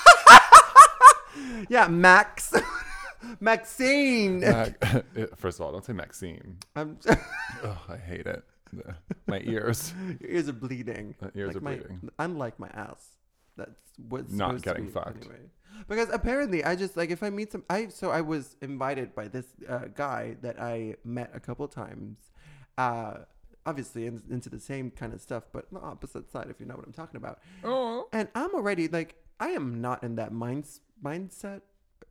yeah, Max, Maxine.
Mac- First of all, don't say Maxine.
I'm,
Oh, I hate it. My ears.
your ears are bleeding.
My ears
Like
are
my,
bleeding.
Unlike my ass. That's what's
Not
supposed to
getting
be,
fucked.
Anyway. Because apparently, I just like if I meet some. I so I was invited by this uh, guy that I met a couple times. Uh, obviously, in, into the same kind of stuff, but on the opposite side, if you know what I'm talking about.
Oh.
And I'm already like, I am not in that mind mindset.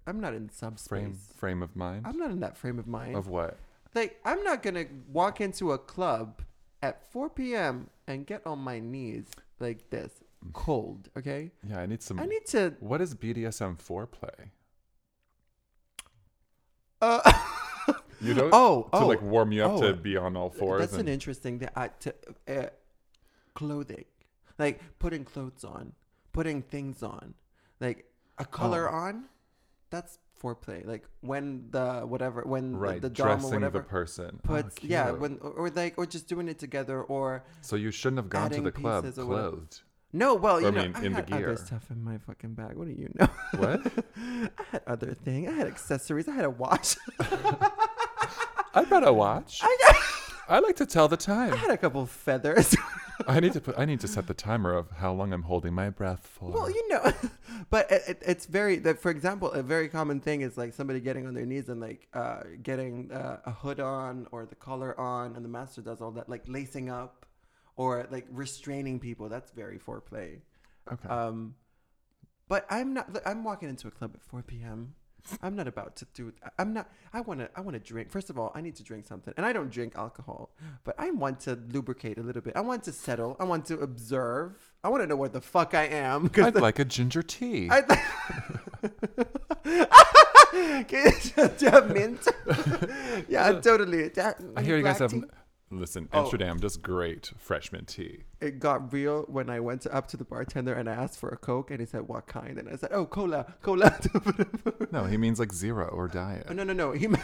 I'm not in subspace.
Frame, frame of mind.
I'm not in that frame of mind.
Of what?
Like, I'm not gonna walk into a club at 4 p.m. and get on my knees like this, cold. Okay,
Yeah, I need some.
I need to.
what is BDSM foreplay?
Uh,
You don't.
oh,
to
oh,
like warm you up
oh,
to be on all fours.
that's an
and-
interesting thing. I, to, uh, clothing, like putting clothes on, putting things on, like a
Oh.
color on. That's foreplay. Like when the whatever, when the-
right
the, dom or
dressing
whatever
the person. Oh,
puts, yeah,
cute.
when or, or like or just doing it together or
so you shouldn't have gone to
adding
the club
pieces or whatever.
clothed.
No, well, you
Or I
know,
mean,
I
in the
had other
gear.
stuff in my fucking bag. What do you know?
What?
I had other thing. I had accessories. I had a watch.
I brought a watch. I, like to tell the
I
time.
had a couple feathers.
I need to put. I need to set the timer of how long I'm holding my breath for.
well, you know, but it, it, it's very that. For example, a very common thing is like somebody getting on their knees and like uh, getting uh, a hood on or the collar on, and the master does all that, like lacing up or like restraining people. That's very foreplay.
okay.
Um, but I'm not. look, I'm walking into a club at 4 p.m. I'm not about to do. I'm not. I want to. I want to drink. First of all, I need to drink something, and I don't drink alcohol. But I want to lubricate a little bit. I want to settle. I want to observe. I want to know where the fuck I am. 'cause
I'd like a ginger tea.
I th- Can you- do you have mint? yeah, totally. Do have-
I hear you guys
black
have.
tea?
Listen,
Oh.
Amsterdam does great freshman tea.
it got real when I went to, up to the bartender and I asked for a Coke and he said, What kind? And I said, Oh, cola, cola.
No, he means like zero or diet
oh, no, no, no. He meant,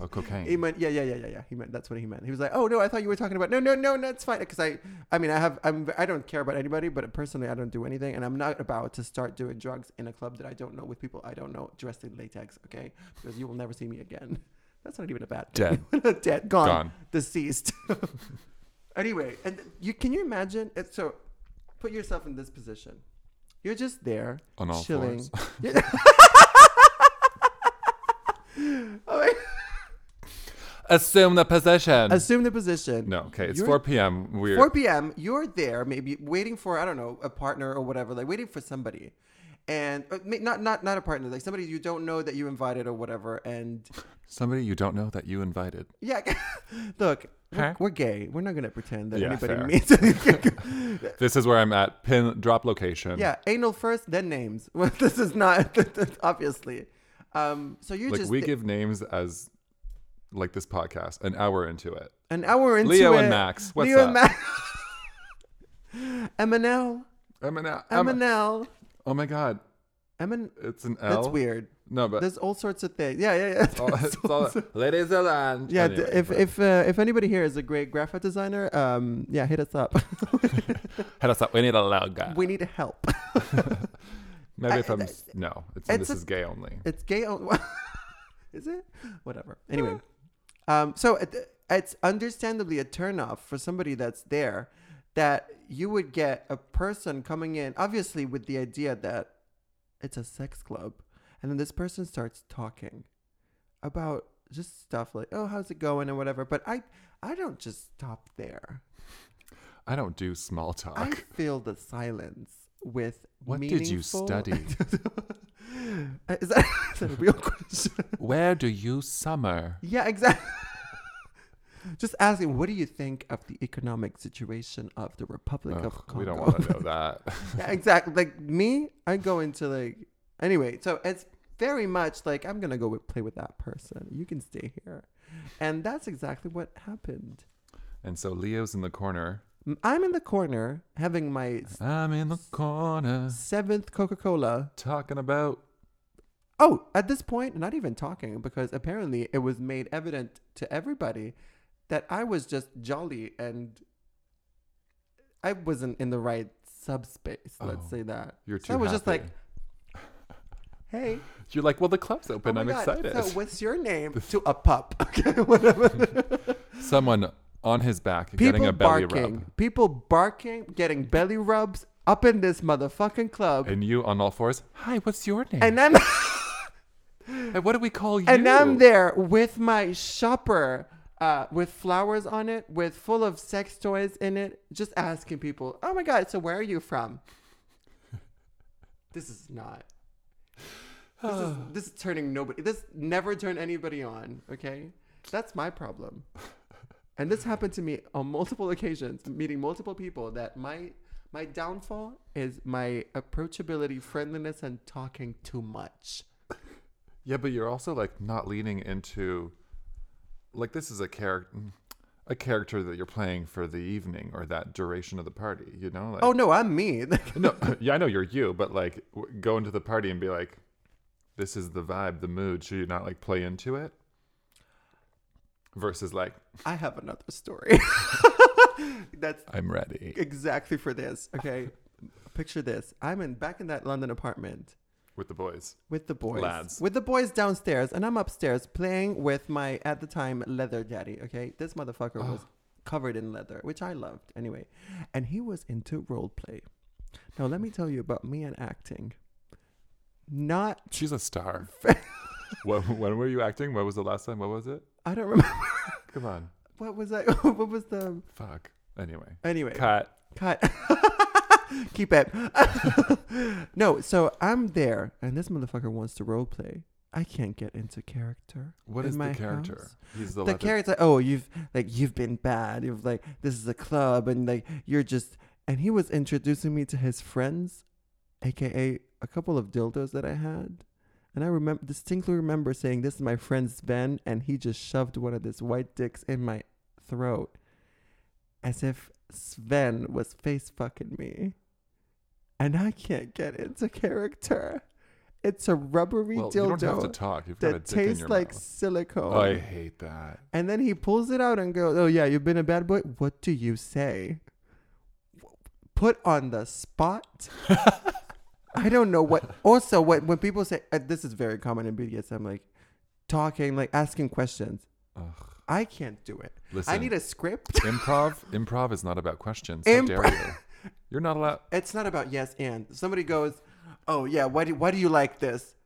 or cocaine.
he meant, yeah, yeah, yeah, yeah, yeah. He meant, that's what he meant. He was like, Oh, no, I thought you were talking about, no, no, no, no, it's fine. Cause I, I mean, I have, I'm, I don't care about anybody, but personally, I don't do anything. And I'm not about to start doing drugs in a club that I don't know with people I don't know dressed in latex, okay? Because you will never see me again. That's not even a bad
Dead.
Dead,
Gone.
deceased. anyway, and you can you imagine? It, so, put yourself in this position. You're just there,
On all
chilling.
fours.
Yeah. All right.
Assume the position.
Assume the position.
Mm-hmm. no, okay. It's
You're-
4 p.m. We're
4 p.m. You're there, maybe waiting for I don't know a partner or whatever, like waiting for somebody, and uh, ma- not not not a partner, like somebody you don't know that you invited or whatever, and
somebody you don't know that you invited.
Yeah, look, we're,
Huh?
we're gay. We're not gonna pretend that
Yeah,
anybody
fair.
means anything.
This is where I'm at. Pin drop location.
yeah, anal first, then names. Well, this is not obviously. Um, so you're
Like
just
we give names as like this podcast an hour into it.
an hour into
Leo
it,
and Max, what's
Leo and
up?
Max. Eminel,
I'm an, a- I'm a-
Eminel,
oh my god,
Emin.
it's an L.
That's weird.
No, but
There's all sorts of things. Yeah, yeah, yeah.
it's all, it's all, ladies and
Yeah,
Anyway,
if
but-
if uh, if anybody here is a great graphic designer, um, yeah, hit us up.
Uh, hit us up. We need a loud guy.
we need help.
Maybe
I-
if I'm
I-
s- no, it's, this
it's a-
is gay only.
It's gay. On- is it? Whatever. Anyway, um, so it, it's understandably a turnoff for somebody that's there that you would get a person coming in, obviously with the idea that it's a sex club, and then this person starts talking about just stuff like, "Oh, how's it going?" and whatever. But I, I don't just stop there.
I don't do small talk.
I feel the silence with
What did you
meaningful-
study?
is, that, is that a real question?
Where do you summer?
Yeah, exactly. Just asking, what do you think of the economic situation of the Republic
Ugh,
of Congo?
we don't want to know that.
yeah, exactly. Like me, I go into like anyway. So it's very much like I'm gonna go with, play with that person. You can stay here, and that's exactly what happened.
and so Leo's in the corner.
M- I'm in the corner having my
I'm in the corner
seventh Coca-Cola.
talking about
Oh, at this point, not even talking because apparently it was made evident to everybody that I was just jolly and I wasn't in the right subspace. Let's
Oh,
say that.
you're
So
too
I was just like,
happy.
hey,
You're like, well, the club's
oh
open.
my
I'm
God,
excited.
So what's your name to a pup? Okay, whatever.
Someone on his back getting
People
a belly
barking,
rub,
people barking, getting belly rubs up in this motherfucking club,
and you on all fours. Hi, what's your name?
and I'm.
And what do we call you?
And I'm there with my shopper uh, with flowers on it, with full of sex toys in it, just asking people, oh my God, so where are you from? this is not. This is, this is turning nobody. This never turned anybody on, okay? That's my problem. And this happened to me on multiple occasions, meeting multiple people that my my downfall is my approachability, friendliness, and talking too much.
Yeah, but you're also like not leaning into like this is a character a character that you're playing for the evening or that duration of the party, you know? Like
Oh no, I'm me.
no, yeah, I know you're you, but like w- go into the party and be like this is the vibe, the mood, should you not like play into it? Versus like
I have another story. That's
I'm ready
exactly for this. Okay. Picture this. I'm in back in that London apartment
with the boys.
with the boys.
Lads.
With the boys downstairs and I'm upstairs playing with my at the time leather daddy, okay? This motherfucker was
Oh.
covered in leather, which I loved anyway. And he was into role play. Now let me tell you about me and acting. Not
She's a star. when, when were you acting? What was the last time? What was it?
I don't remember
Come on.
what was I what was the
Fuck. Anyway.
anyway.
Cut.
Cut. Keep it. no, so I'm there, and this motherfucker wants to roleplay. I can't get into character.
What
in
is
my
the character?
house.
He's
The
leather-
character. Oh, you've like you've been bad. You've like this is a club, and like you're just. And he was introducing me to his friends, aka a couple of dildos that I had. And I remember distinctly remember saying, "This is my friend Sven," and he just shoved one of these white dicks in my throat, as if Sven was face fucking me. And I can't get into character. It's a rubbery
Well, you
dildo
don't have to talk. You've got a
that
dick in
tastes
your
like
mouth. Oh,
silicone.
I hate that.
And then he pulls it out and goes, "Oh yeah, you've been a bad boy. What do you say?" Put on the spot. I don't know what. Also, what when people say uh, this is very common in BDSM, like talking, like asking questions.
Ugh.
I can't do it.
Listen,
I need a script.
improv. Improv is not about questions.
Imp-
How dare you? You're not allowed.
It's not about yes and. Somebody goes, "Oh yeah, why do why do you like this?"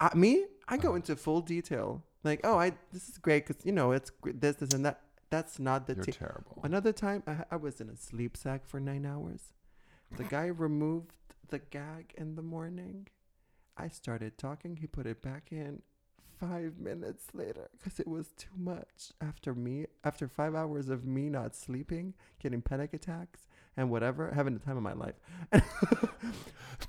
I, me, I go into full detail. Like, "Oh, I this is great because you know it's gr- this this and that." That's not the
You're
tea.
terrible.
Another time, I, I was in a sleep sack for nine hours. The guy removed the gag in the morning. I started talking. He put it back in five minutes later because it was too much. After me, after five hours of me not sleeping, getting panic attacks and whatever, having the time of my life.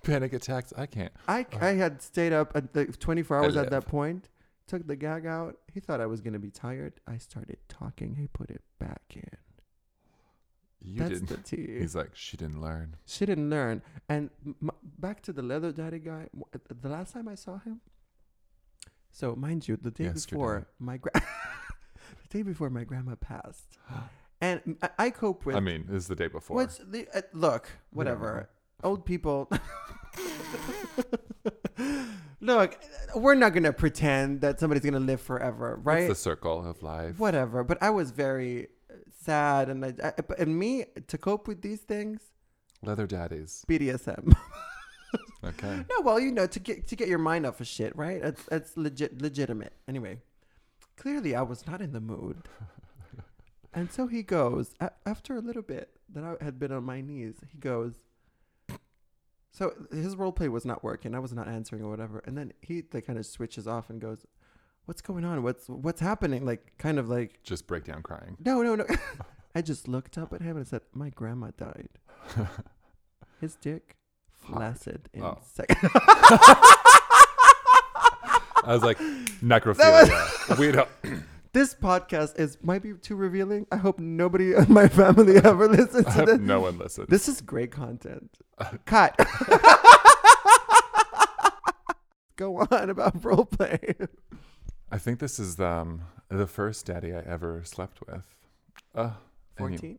Panic attacks. I can't.
I, I had stayed up at the 24 hours at
live.
that point, took the gag out. He thought I was going to be tired. I started talking. He put it back in.
You
That's
didn't.
the tea.
He's like, she didn't learn.
She didn't learn. And m- back to the leather daddy guy. w- The last time I saw him, so mind you, the day
Yesterday.
before my gra- the day before my grandma passed, and I, I cope with
I mean, this is the day before. uh-huh.
what's the uh, look, whatever. old people. Look, we're not gonna pretend that somebody's gonna live forever, right?
It's the circle of life.
Whatever. But I was very uh, sad, and I, I and me to cope with these things,
Leather daddies.
BDSM.
Okay.
No, well, you know, to get to get your mind off of shit, right? That's that's legit legitimate. Anyway, clearly I was not in the mood. And so he goes, a- after a little bit that I had been on my knees, he goes, so his role play was not working. I was not answering or whatever. And then he like kind of switches off and goes, what's going on? What's, what's happening? Like kind of like,
Just break down crying.
no, no, no. I just looked up at him and I said, my grandma died. His dick
Hot.
flaccid in
Oh.
seconds.
I was like, necrophilia. we don't.
this podcast is might be too revealing. I hope nobody in my family ever listens
I
to
hope
this.
no one listened.
This is great content. Cut. Go on about role play.
I think this is um, the first daddy I ever slept with. Uh, any-
Fourteen.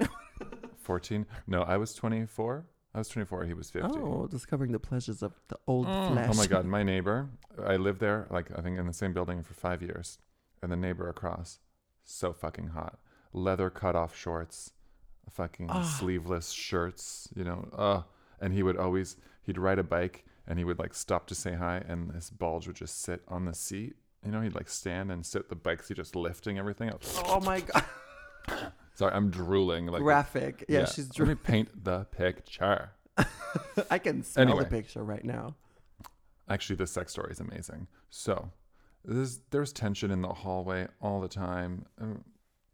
14? No, I was 24. I was 24. He was 50.
Oh, discovering the pleasures of the old
Mm.
flesh.
Oh my God, my neighbor. I lived there, like I think in the same building for five years, and the neighbor across, so fucking hot. Leather cut off shorts, fucking
Ah.
sleeveless shirts, you know. Uh, and he would always he'd ride a bike and he would like stop to say hi, and his bulge would just sit on the seat. You know, he'd like stand and sit the bike seat, just lifting everything up.
Oh my god.
Sorry, I'm drooling. Like
Graphic. Yeah, she's
Let me
drew.
paint the picture.
I can smell
Anyway.
the picture right now.
Actually, this sex story is amazing. So, there's there's tension in the hallway all the time. um,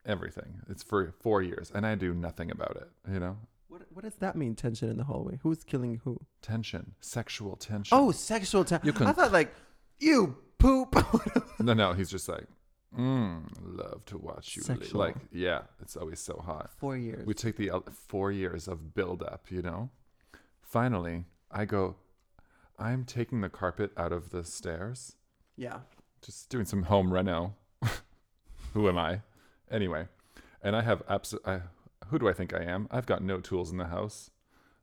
Everything. It's for four years, and I do nothing about it. You know,
What, what does that mean? Tension in the hallway. Who's killing who?
tension, sexual tension.
Oh, sexual tension.
You can-
I thought like you poop.
no, no. He's just like, mm, love to watch you. lay-"
Sexual.
Like, yeah, it's always so hot.
Four years.
We take the el- four years of buildup, you know? Finally, I go, I'm taking the carpet out of the stairs,
yeah.
just doing some home reno. who am I? Anyway, and I have abs- I, who do I think I am? I've got no tools in the house.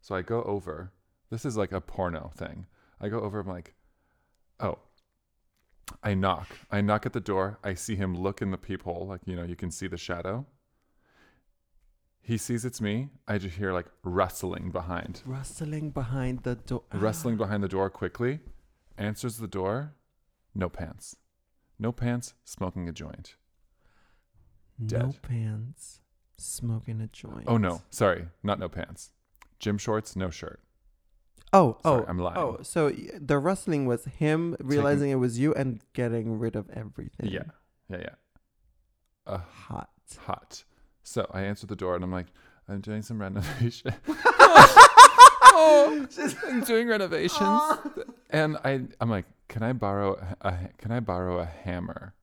So I go over. This is like a porno thing. I go over, I'm like, oh. I knock. I knock at the door. I see him look in the peephole, like, you know, you can see the shadow. He sees it's me. I just hear like rustling behind.
Rustling behind the door. Ah,
rustling behind the door quickly, answers the door, no pants. No pants, smoking a joint.
No
Dead.
pants. Smoking a joint.
Oh no, sorry, not no pants. Gym shorts, no shirt.
Oh,
Sorry,
oh.
I'm lying.
Oh, so y- the rustling was him realizing it was you and getting rid of everything.
Yeah, yeah, yeah. Uh,
Hot.
hot. So I answer the door and I'm like, I'm doing some renovation. I'm doing renovations, and I I'm like, can I borrow a can I borrow a hammer?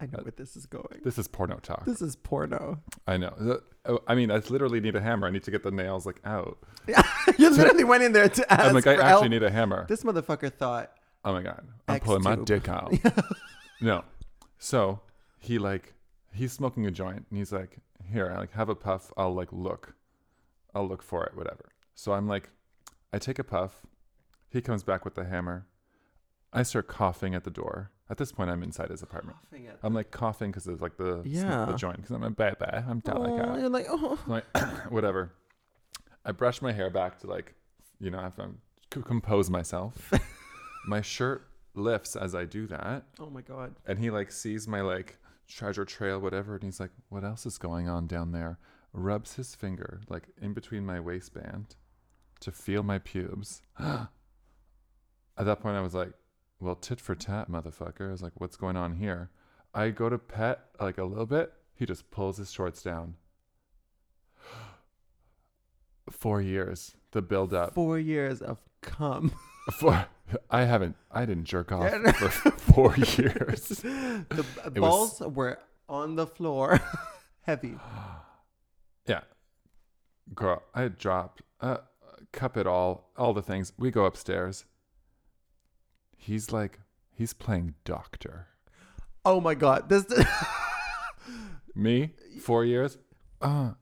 I know where this is going.
This is porno talk.
This is porno.
I know. The- oh, I mean, I literally need a hammer. I need to get the nails like out.
you literally went in there to ask
I'm like, I
for
actually
help.
need a hammer.
This motherfucker thought.
oh my god, I'm
X
pulling my
tube.
dick out. no, so he like he's smoking a joint and he's like, here, I like have a puff. I'll like look, I'll look for it, whatever. So I'm like, I take a puff. He comes back with the hammer. I start coughing at the door. At this point, I'm inside his apartment.
Laughing at-
I'm like coughing because it's like the
Yeah.
the joint because I'm a baby. I'm delicate.
Oh, you're like, oh.
I'm like whatever. I brush my hair back to like, you know, I have to c- compose myself. my shirt lifts as I do that,
oh my God.
and he like sees my like treasure trail, whatever, and he's like, "What else is going on down there?" Rubs his finger like in between my waistband to feel my pubes. At that point, I was like, "Well, tit for tat, motherfucker." I was like, "What's going on here?" I go to pet like a little bit. He just pulls his shorts down. Four years, the build up.
Four years of cum.
Four. I haven't. I didn't jerk off
Yeah.
Oh, for four years.
The b-
It
balls
was-
were on the floor. Heavy.
Yeah. Girl, I dropped, uh, cup it all, all the things. We go upstairs. He's like, he's playing doctor.
Oh my God. This.
Me, four years. Uh,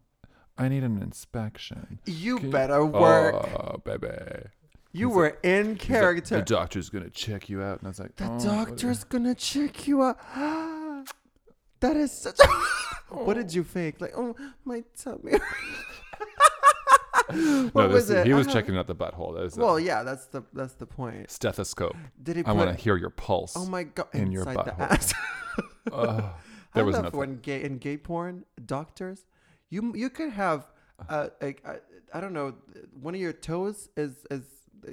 I need an inspection.
You
Can-
better work.
Oh, baby.
you
he's
were in
He's like,
character.
the doctor's gonna check you out, and I was like,
The
"Oh, what-
doctor's gonna check you out. that is such. A What did you fake? Like, oh my tummy.
No,
what
this
was
is-
it?
He was
Ah.
checking out the butthole. That was a
Well, yeah, that's the that's the point.
stethoscope.
Did he put?
I want to hear your pulse.
oh my god!
in your
inside the
butthole.
ass.
Ugh.
I
there was
love
nothing.
when gay in gay porn doctors, you you could have uh, like I I don't know one of your toes is is uh,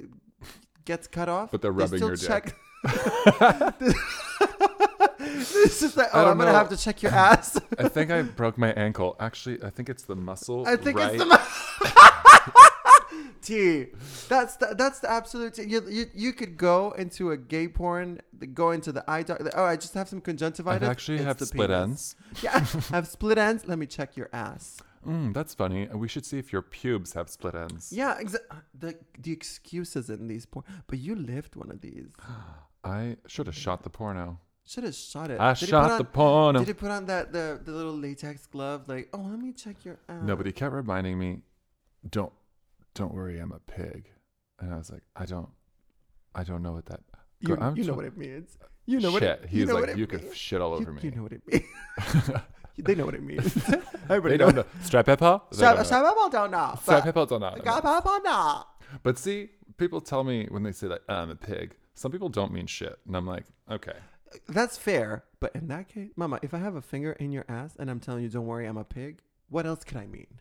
gets cut off,
But they're
they
rubbing
still
your dick.
this is like
I
oh
don't
I'm gonna
know.
have to check your ass.
I think I broke my ankle. Actually, I think it's the muscle.
I think
right
it's the mo- T. That's the that's the absolute. T. You, you you could go into a gay porn, go into the eye doctor. Oh, I just have some
I
conjunctivitis.
actually
It's
have
the
split
penis.
ends.
Yeah, I have split ends. Let me check your ass.
Mm, that's funny. We should see if your pubes have split ends.
Yeah, exactly. The the excuses in these porn, but you lived one of these.
I should have shot the porno.
Should have shot it.
I
Did he put
shot
on-
the porno.
Did he put on that the, the little latex glove? Like, oh, let me check your ass.
No, but he kept reminding me, "Don't, don't worry, I'm a pig," and I was like, "I don't, I don't know what that."
you,
Girl, I'm
you know
tw-
what it means. You know
shit.
what it.
He's
you know what
like,
it
"You could
means.
shit all
You-
over me."
You know what it means. they know what it means.
they
Everybody
don't
knows.
know. Strap pepper. They don't know.
Shab Shabba don't know.
Strap
but-
pepper don't know.
Gababa nah.
But see, people tell me when they say like, "I'm a pig." Some people don't mean shit, and I'm like, okay.
That's fair, but in that case, Mama, if I have a finger in your ass and I'm telling you, don't worry, I'm a pig. What else could I mean?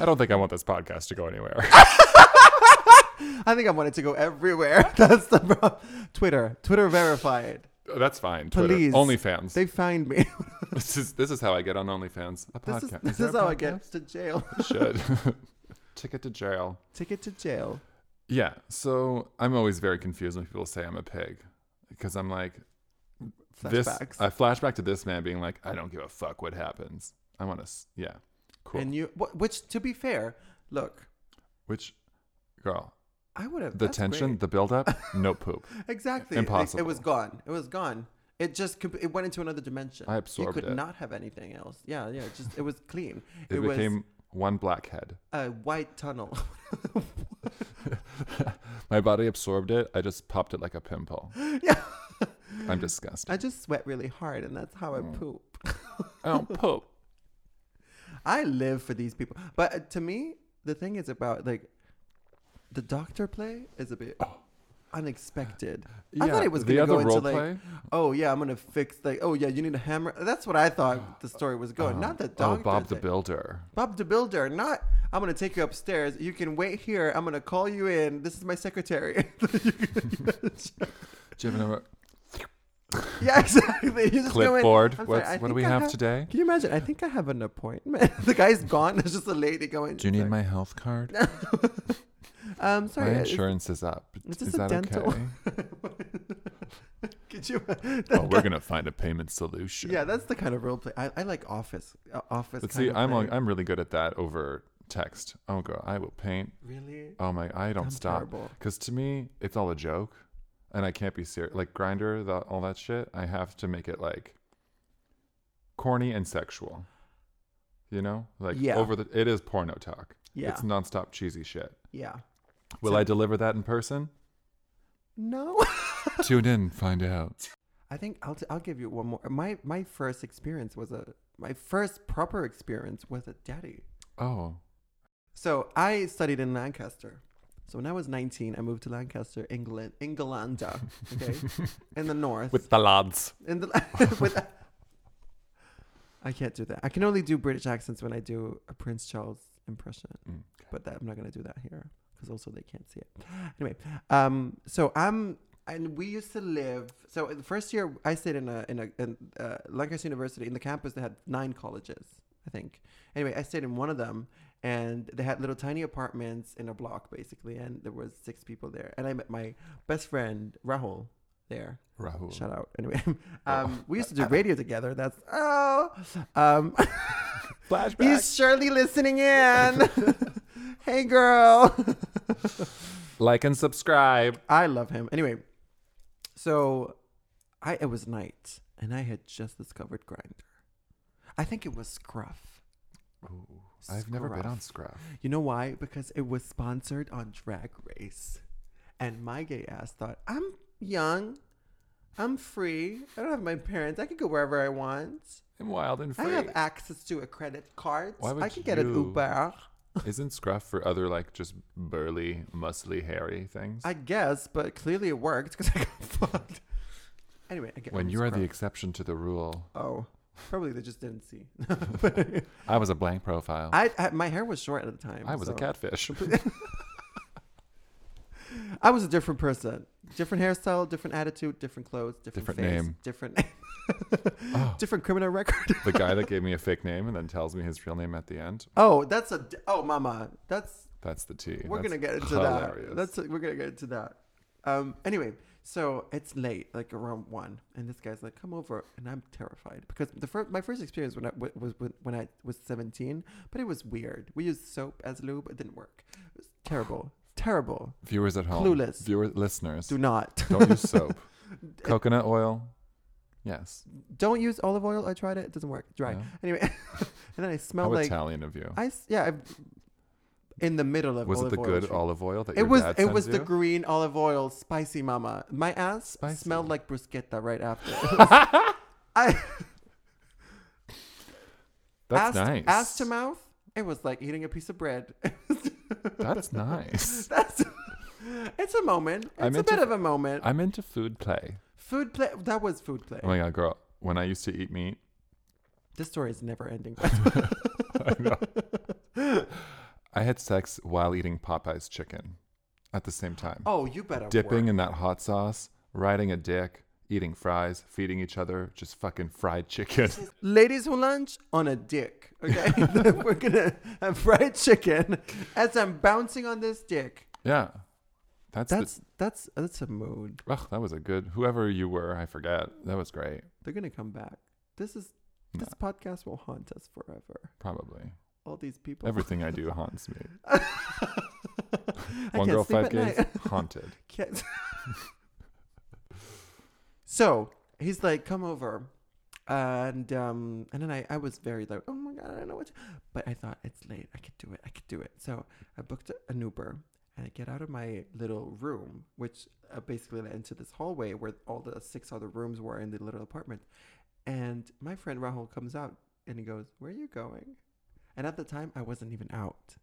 I don't think I want this podcast to go anywhere.
I think I wanted to go everywhere. That's the problem. Twitter, Twitter verified.
That's fine. Twitter.
Please.
OnlyFans.
They find me.
This is this is how I get on OnlyFans. A
This is
podcast.
this
there
is
a
how I
podcast?
get to jail.
Should ticket to jail.
Ticket to jail.
Yeah. So I'm always very confused when people say I'm a pig because I'm like, this. uh,
Flashbacks.
I flash back to this man being like, I don't give a fuck what happens. I want to. Yeah. Cool.
And you, wh- which to be fair, look,
Which, girl,
I would have
the tension, the buildup, no poop.
Exactly. Like,
Impossible.
It was gone. It was gone. It just comp- it went into another dimension.
I absorbed
You could
it.
not have anything else. Yeah, yeah. it Just it was clean.
It,
was
became one blackhead.
a white tunnel.
My body absorbed it. I just popped it like a pimple.
yeah.
I'm disgusted.
I just sweat really hard, and that's how I
Mm.
poop.
I don't poop.
I live for these people. But uh, to me, the thing is about like the doctor play is a bit unexpected. I thought it was
Oh. the
gonna
other
go into,
role
like,
play.
Oh yeah, I'm gonna fix like oh yeah, you need a hammer. That's what I thought the story was going. not the
Oh,
doctor.
Bob the
thing.
Builder.
Bob the Builder, not I'm gonna take you upstairs. You can wait here. I'm gonna call you in. This is my secretary.
Do you have another
yeah, exactly. You just go in.
clipboard?
I'm sorry,
What's,
I
what do
think
we
I
have,
have-
today?
Can you imagine? I think I have an appointment. the guy's gone. There's just a lady going.
Do you need my health card?
Um, sorry.
my
is-
insurance is up. Is,
is this a
that
dental?
okay?
Could you? that
well, Oh, we're
guy-
gonna find a payment solution.
Yeah, that's the kind of role play. I, I like office. Uh, office.
But
kind
see,
of
I'm
thing.
I'm really good at that over text. Oh girl, I will paint.
really.
Oh my, I don't
I'm
stop.
terrible.
Because to me, it's all a joke, and I can't be serious. Like grinder, the, all that shit. I have to make it like corny and sexual. You know, like
Yeah.
over the. It is porno talk.
Yeah.
It's nonstop cheesy shit.
Yeah.
Will I deliver that in person?
No.
Tune in, find out.
I think I'll, t- I'll give you one more. My my first experience was a my first proper experience was a daddy.
Oh,
So I studied in Lancaster. So when I was 19, I moved to Lancaster, England, Englandia, okay, in the north.
with the lads.
in the with, I can't do that. I can only do British accents when I do a Prince Charles impression
Mm, okay.
but that, I'm not gonna do that here because also they can't see it. Anyway, um, so I'm and we used to live. So the first year I stayed in a in a in, uh, Lancaster University in the campus they had nine colleges I think. Anyway, I stayed in one of them and they had little tiny apartments in a block basically, and there was six people there, and I met my best friend Rahul there.
Rahul.
Shout out. Anyway,
Oh.
um, we used to do radio together. That's oh, um,
Flashback.
he's surely listening in. hey, girl.
like and subscribe.
I love him. Anyway, so I it was night, and I had just discovered Grinder. I think it was Scruff.
Ooh, I've never been on Scruff.
You know why? Because it was sponsored on Drag Race. And my gay ass thought, I'm young. I'm free. I don't have my parents. I can go wherever I want.
I'm wild and
I
free.
have access to a credit card.
Why would
I can get an
you-
Uber.
Isn't Scruff for other like just burly, muscly, hairy things?
I guess, but clearly it worked because I got fucked. Anyway, I get
when
I'm
you are the
scrub-
exception to the rule,
oh, probably they just didn't see.
Oh. I was a blank profile. I,
I, I my hair was short at the time.
was a
so-
catfish.
I was a different person, different hairstyle, different attitude, different clothes, different,
Different
face,
name. Oh.
different different criminal record.
the guy that gave me a fake name and then tells me his real name at the end.
Oh, that's a oh, mama. That's
That's the T.
we're
That's
gonna get into
hilarious.
that. That's we're gonna get into that. Um. Anyway, so it's late, like around one, and this guy's like, "Come over," and I'm terrified because the first my first experience when I wa- was when, when I was 17, but it was weird. We used soap as lube. It didn't work. It was terrible. terrible.
viewers at home.
Clueless.
Viewers, listeners.
Do not.
Don't use soap. Coconut oil. Yes.
Don't use olive oil. I tried it. It doesn't work. Dry.
No?
Anyway, and then I
How
smelled like
Italian of you.
I s- yeah. I, in the middle of
was it
olive
the
oil
good
treatment.
olive oil that
It
your
was
dad
it
sends
was the
you?
green olive oil spicy mama. My ass
Spicy.
smelled like bruschetta right after. I ass,
That's nice.
ass to mouth. It was like eating a piece of bread.
That's nice.
That's it's a moment. It's
I'm
a
into-
bit of a moment.
I'm into food play.
food play. That was food play.
Oh my god, girl! When I used to eat meat,
this story is never ending.
I had sex while eating Popeye's chicken at the same time.
oh, you better
Dipping
Work.
in that hot sauce, riding a dick, eating fries, feeding each other, just fucking fried chicken.
Ladies who lunch on a dick. Okay, we're gonna have fried chicken as I'm bouncing on this dick.
yeah, that's
That's that's that's a mood.
The, Ugh, that was a good. Whoever you were, I forget. That was great.
They're gonna come back. This is this podcast will haunt us forever.
Probably
All these people.
everything I do haunts me.
I
One
can't
girl,
sleep
five
at
gays,
night.
haunted.
Can't- so he's like, "Come over," and um, and then I I was very like, "Oh my god, I don't know what," to-" but I thought it's late. I could do it. I could do it. So I booked a- an Uber. And I get out of my little room, which uh, basically led into this hallway where all the six other rooms were in the little apartment. And my friend Rahul comes out and he goes, Where are you going? And at the time, I wasn't even out.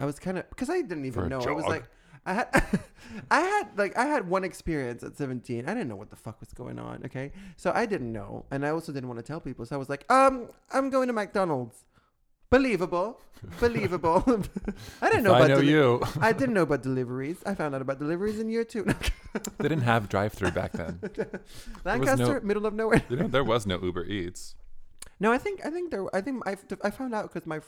I was kind of, because I didn't
For
even
a
know. I was
jog.
like, I had, I had, like, I had one experience at 17. I didn't know what the fuck was going on. Okay. So I didn't know. And I also didn't want to tell people. So I was like, um, I'm going to McDonald's. Believable. Believable. I didn't know
I
about
know
deli-
you.
I didn't know about deliveries. I found out about deliveries in year two.
they didn't have drive-through back then.
Lancaster, middle of nowhere.
You know, there was no Uber Eats.
No, I think I think there. I think I, I found out because my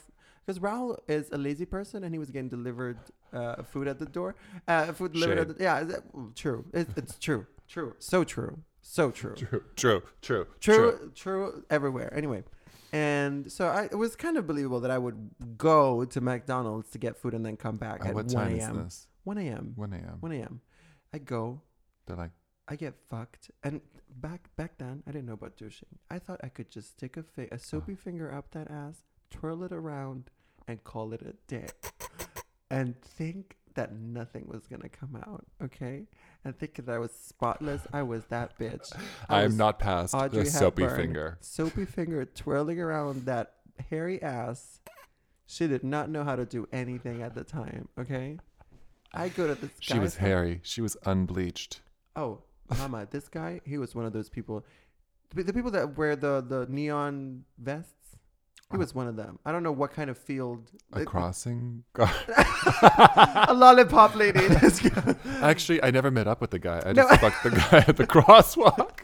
because Raul is a lazy person and he was getting delivered uh, food at the door. Uh, food delivered. At
Shade.
the, yeah, is that- mm, true. It, it's true. True. So true. So true. True.
True, true, true,
True. everywhere. Anyway, and so I, it was kind of believable that I would go to McDonald's to get food and then come back
At
at
what
one
time is
a.m.
this?
One a.m.
1 a.m.
One a.m. I go.
They're like,
I get fucked. And back back then, I didn't know about douching. I thought I could just stick a, fi- a soapy finger up that ass, twirl it around, and call it a day, and think that nothing was gonna come out. Okay, and thinking that I was spotless. I was that bitch.
I,
was
am not past
Audrey
the soapy
Hepburn.
finger.
soapy finger twirling around that hairy ass. She did not know how to do anything at the time. Okay, I go to this.
She was
guy's
hairy. She was unbleached.
Oh, mama, this guy, he was one of those people. The the people that wear the, the neon vests, he was one of them. I don't know what kind of field.
A crossing guard.
a lollipop lady. This guy.
Actually, I never met up with the guy. I
No.
just fucked the guy at the crosswalk.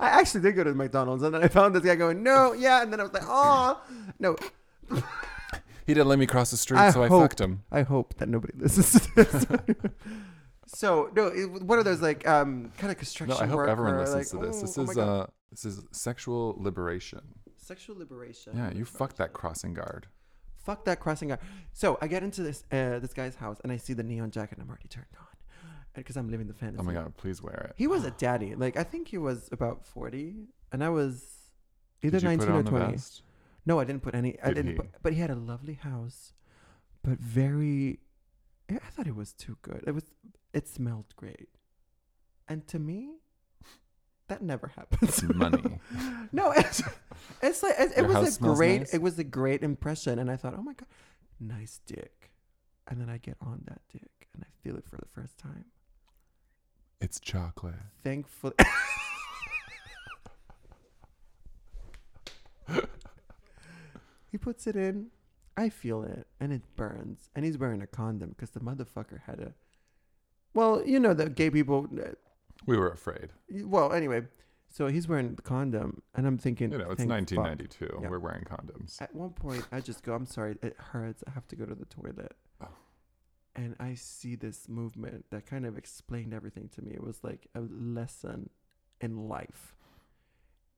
I actually did go to McDonald's and then I found this guy going, no, yeah. And then I was like, oh, no.
He didn't let me cross the street,
I
so I
hope-
fucked him.
I hope that nobody listens to this. so, no, it, one of those like um, kind of
No,
construction
I hope
worker,
everyone listens
like,
to this.
"Oh,
This
oh my
is
God."
uh, this is sexual liberation.
sexual liberation.
Yeah, you fucked that crossing guard.
fuck that crossing guard. So I get into this uh, this guy's house and I see the neon jacket. and I'm already turned on because I'm living the fantasy.
Oh my god, please wear it.
He was a daddy. Like I think he was about forty, and I was either
Did you
19
put
or
on the
20.
vest?
No, I didn't put any. I
Did
didn't
he?
Put, but he had a lovely house, but very. I I thought it was too good. It was. It smelled great, and to me, that never happens.
Money.
no, it's, it's like it, it
Your house
was a
smells
great.
nice?
It was a great impression, and I thought, oh my god, nice dick, and then I get on that dick and I feel it for the first time.
It's chocolate.
Thankfully. he puts it in. I feel it, and it burns. And he's wearing a condom because the motherfucker had a. Well, you know that gay people. uh,
We were afraid.
Well, anyway, so he's wearing the condom, and I'm thinking.
You know, it's
"Thank fuck."
1992.
Yeah.
We're wearing condoms.
At one point, I just go, I'm sorry, it hurts. I have to go to the toilet.
Oh.
And I see this movement that kind of explained everything to me. It was like a lesson in life.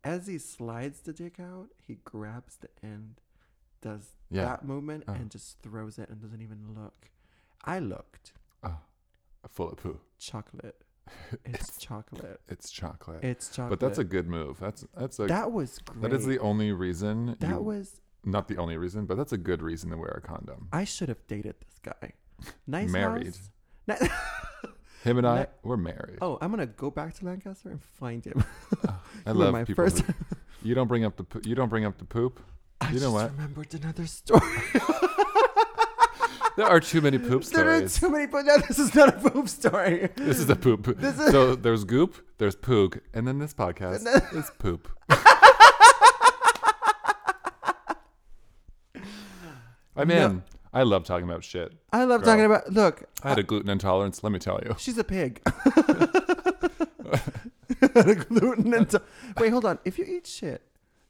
As he slides the dick out, he grabs the end, does
Yeah.
that movement,
Oh.
and just throws it and doesn't even look. I looked.
Full of poo.
Chocolate. It's, chocolate.
It's chocolate.
It's chocolate.
But that's a good move. That's that's a
that was great.
that is the only reason.
that
you-
was
not the only reason, but that's a good reason to wear a condom.
I should have dated this guy. Nice
Married.
house. Ni-
Him and I,
Let-
we're married.
Oh, I'm gonna go back to Lancaster and find him.
I
you were
love
my
people.
first-
who- you don't bring up the poo- you don't bring up the poop.
I
You know
just
what?
remembered another story.
There are too many poop
there are
stories.
too many, but no, this is not a poop story.
This is a poop.
This is-
so there's goop, there's poog, and then this podcast is poop. I'm
No.
in. I love talking about shit.
I love
Girl.
talking about. Look,
I had a gluten intolerance. Let me tell you.
she's a pig. gluten intolerant. Wait, hold on. If you eat shit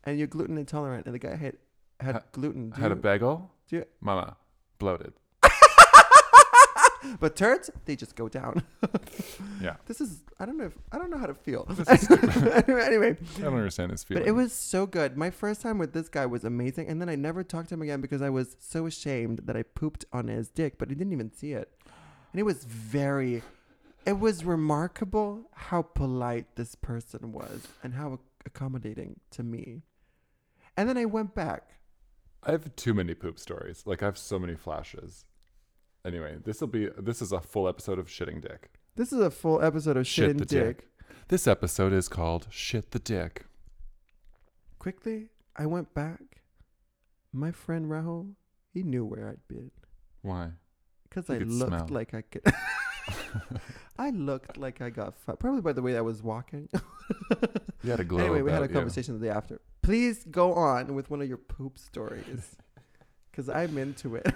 and you're gluten intolerant, and the guy had had
Ha-
gluten,
I
do
had a
you-
bagel.
do you-
Mama, bloated.
but turds, they just go down.
Yeah.
This is. I don't know. If, I don't know how to feel. anyway,
I don't understand this feeling.
But it was so good. My first time with this guy was amazing, and then I never talked to him again because I was so ashamed that I pooped on his dick, but he didn't even see it. And it was very, it was remarkable how polite this person was and how accommodating to me. And then I went back.
I have too many poop stories. Like I have so many flashes. Anyway, this will be this is a full episode of shitting dick.
This is a full episode of Shit,
Shit
and
the
Dick.
Dick. This episode is called Shit the Dick.
Quickly, I went back. My friend Rahul, he knew where I'd been.
Why?
Because
You
I
could
looked
smell.
like I could. I looked like I got fat. Probably by the way I was walking.
You had a glow.
anyway, we had a
about you.
conversation the day after. Please go on with one of your poop stories. Because I'm into it.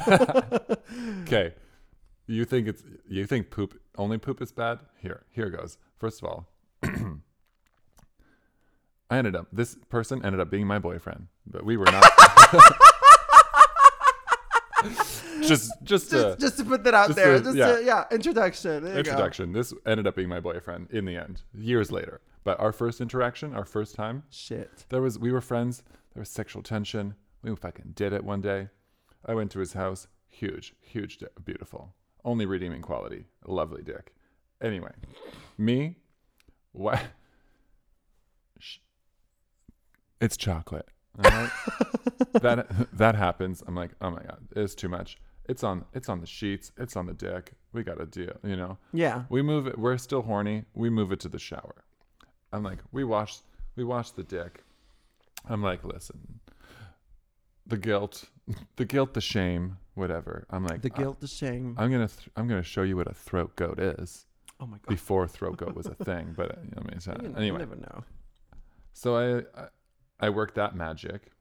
Okay. You think it's you think poop only poop is bad? Here, here goes. First of all, I ended up this person ended up being my boyfriend, but we were not. just just, a
just, just to put that out
just
there.
a-
just
yeah.
To, yeah, introduction. There you go.
introduction. This ended up being my boyfriend in the end, years later. But our first interaction, our first time,
Shit.
there was we were friends. There was sexual tension. We fucking did it one day. I went to his house. Huge, huge, di- beautiful. Only redeeming quality. A lovely dick. Anyway, me, what? Sh- It's chocolate. All right? that that happens. I'm like, oh my god, it's too much. It's on. It's on the sheets. It's on the dick. We got a deal. You know.
Yeah.
We move it. We're still horny. We move it to the shower. I'm like, we wash, we wash the dick. I'm like, listen, the guilt, the guilt, the shame, whatever. I'm like, uh,
The guilt, the shame.
I, am gonna, th- I'm gonna show you what a throat goat is
oh my God.
before throat goat was a thing. But uh, I mean, it's not-
You n- you
anyway,
never know.
so I, I, I work that magic.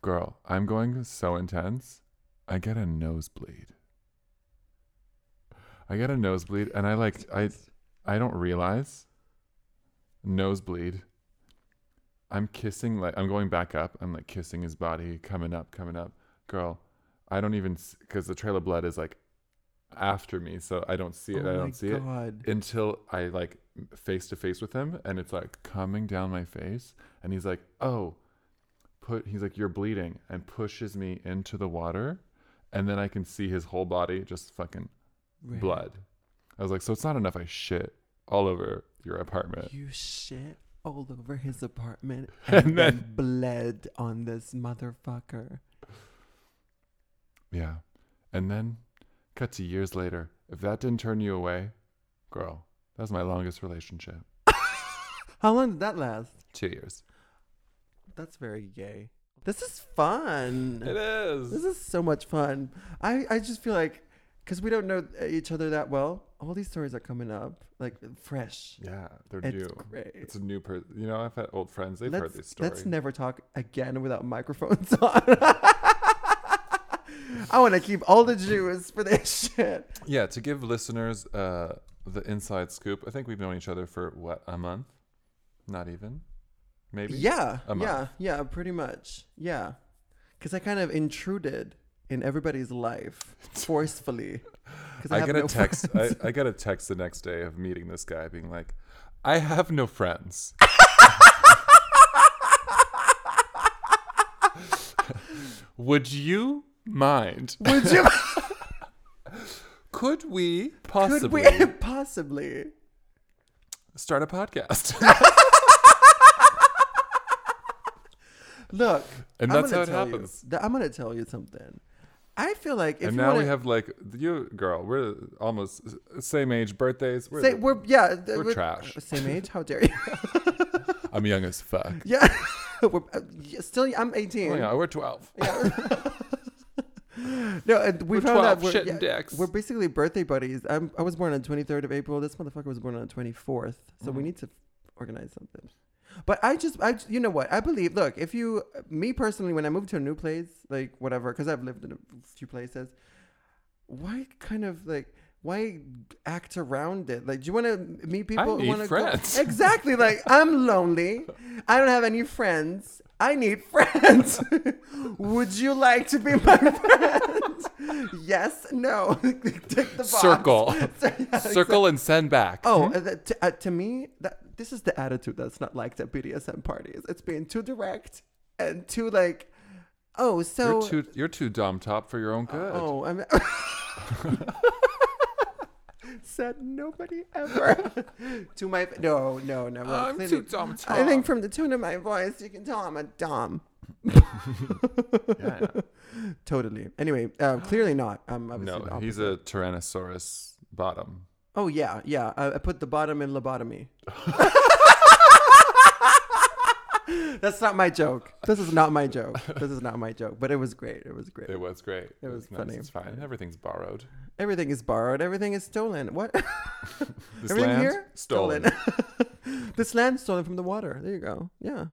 Girl, I'm going so intense. I get a nosebleed. I get a nosebleed, and I like, I, I don't realize. Nosebleed. I'm kissing like I'm going back up. I'm like kissing his body, coming up, coming up. Girl, I don't even because the trail of blood is like after me, so I don't see it.
oh
I
my
don't see it
God.
until I like face to face with him, and it's like coming down my face, and he's like, "Oh, put." He's like, "You're bleeding," and pushes me into the water, and then I can see his whole body just fucking
Red.
blood. I was like, so it's not enough I shit all over your apartment.
You shit all over his apartment
And
and, then bled on this motherfucker.
Yeah. And then, cut to years later. If that didn't turn you away, girl, that was my longest relationship.
How long did that last?
Two years.
That's very gay. This is fun.
is.
This is so much fun. I, I just feel like, because we don't know uh, each other that well, all these stories are coming up, like fresh.
Yeah, they're
It's
new.
great.
It's a new person. You know, I've had old friends. They've heard
let's,
these stories.
let's never talk again without microphones on. I want to keep all the Jews for this shit.
yeah, to give listeners uh, the inside scoop, I think we've known each other for what a month, not even, maybe.
Yeah,
A month.
yeah, yeah, pretty much. Yeah. Because I kind of intruded in everybody's life forcefully. 'Cause
I,
have
get a
no
text. I,
friends.
I get a text the next day of meeting this guy, being like, "I have no friends." Would you mind?
Would you
Could we
could
possibly
we possibly?
start a podcast?
Look,
And
I'm
that's
gonna
how it
tell you-
happens.
th- I'm gonna tell you something. I feel like if
and
you
now
wanna,
we have like you, girl. We're almost same age, birthdays. We're,
say we're yeah th-
we're trash.
Same age? How dare you?
I'm young as fuck.
yeah, we're uh, yeah, still. I'm 18.
Oh yeah, we're twelve.
No, and we
We're
found out
12
we're,
shitting dicks.
we're basically birthday buddies. I'm, I was born on the 23rd of April. This motherfucker was born on the 24th. So
Mm-hmm.
we need to organize something. But I just, I you know what? I believe. Look, if you, me personally, when I move to a new place, like whatever, because I've lived in a few places, why kind of like why act around it? Like, do you want to meet people? who
need
wanna go-
friends.
Exactly. Like, I'm lonely. I don't have any friends. I need friends. Would you like to be my friend? yes. No. Tick the box.
Circle,
So, yeah,
circle, Hmm? and send back.
Oh, uh, that- to, uh, to me, that this is the attitude that's not liked at BDSM parties. It's being too direct and too like, oh, so
you're too you're too dumb top for your own good.
oh, I'm. Said nobody ever to my no no no. well,
I'm
clearly-
too dumb top.
I think from the tone of my voice, you can tell I'm a dom.
Yeah,
Totally. Anyway, uh, clearly not. I'm obviously the
no, he's
opposite.
a Tyrannosaurus bottom.
Oh yeah, yeah. I, I put the bottom in lobotomy. That's not my joke. This is not my joke. This is not my joke. But it was great. It was great.
It was great. It,
was
nice.
funny.
It's fine. Everything's borrowed.
Everything is borrowed. Everything is stolen. What?
This
Everything
land
here
stolen.
this land stolen from the water. There you go. Yeah.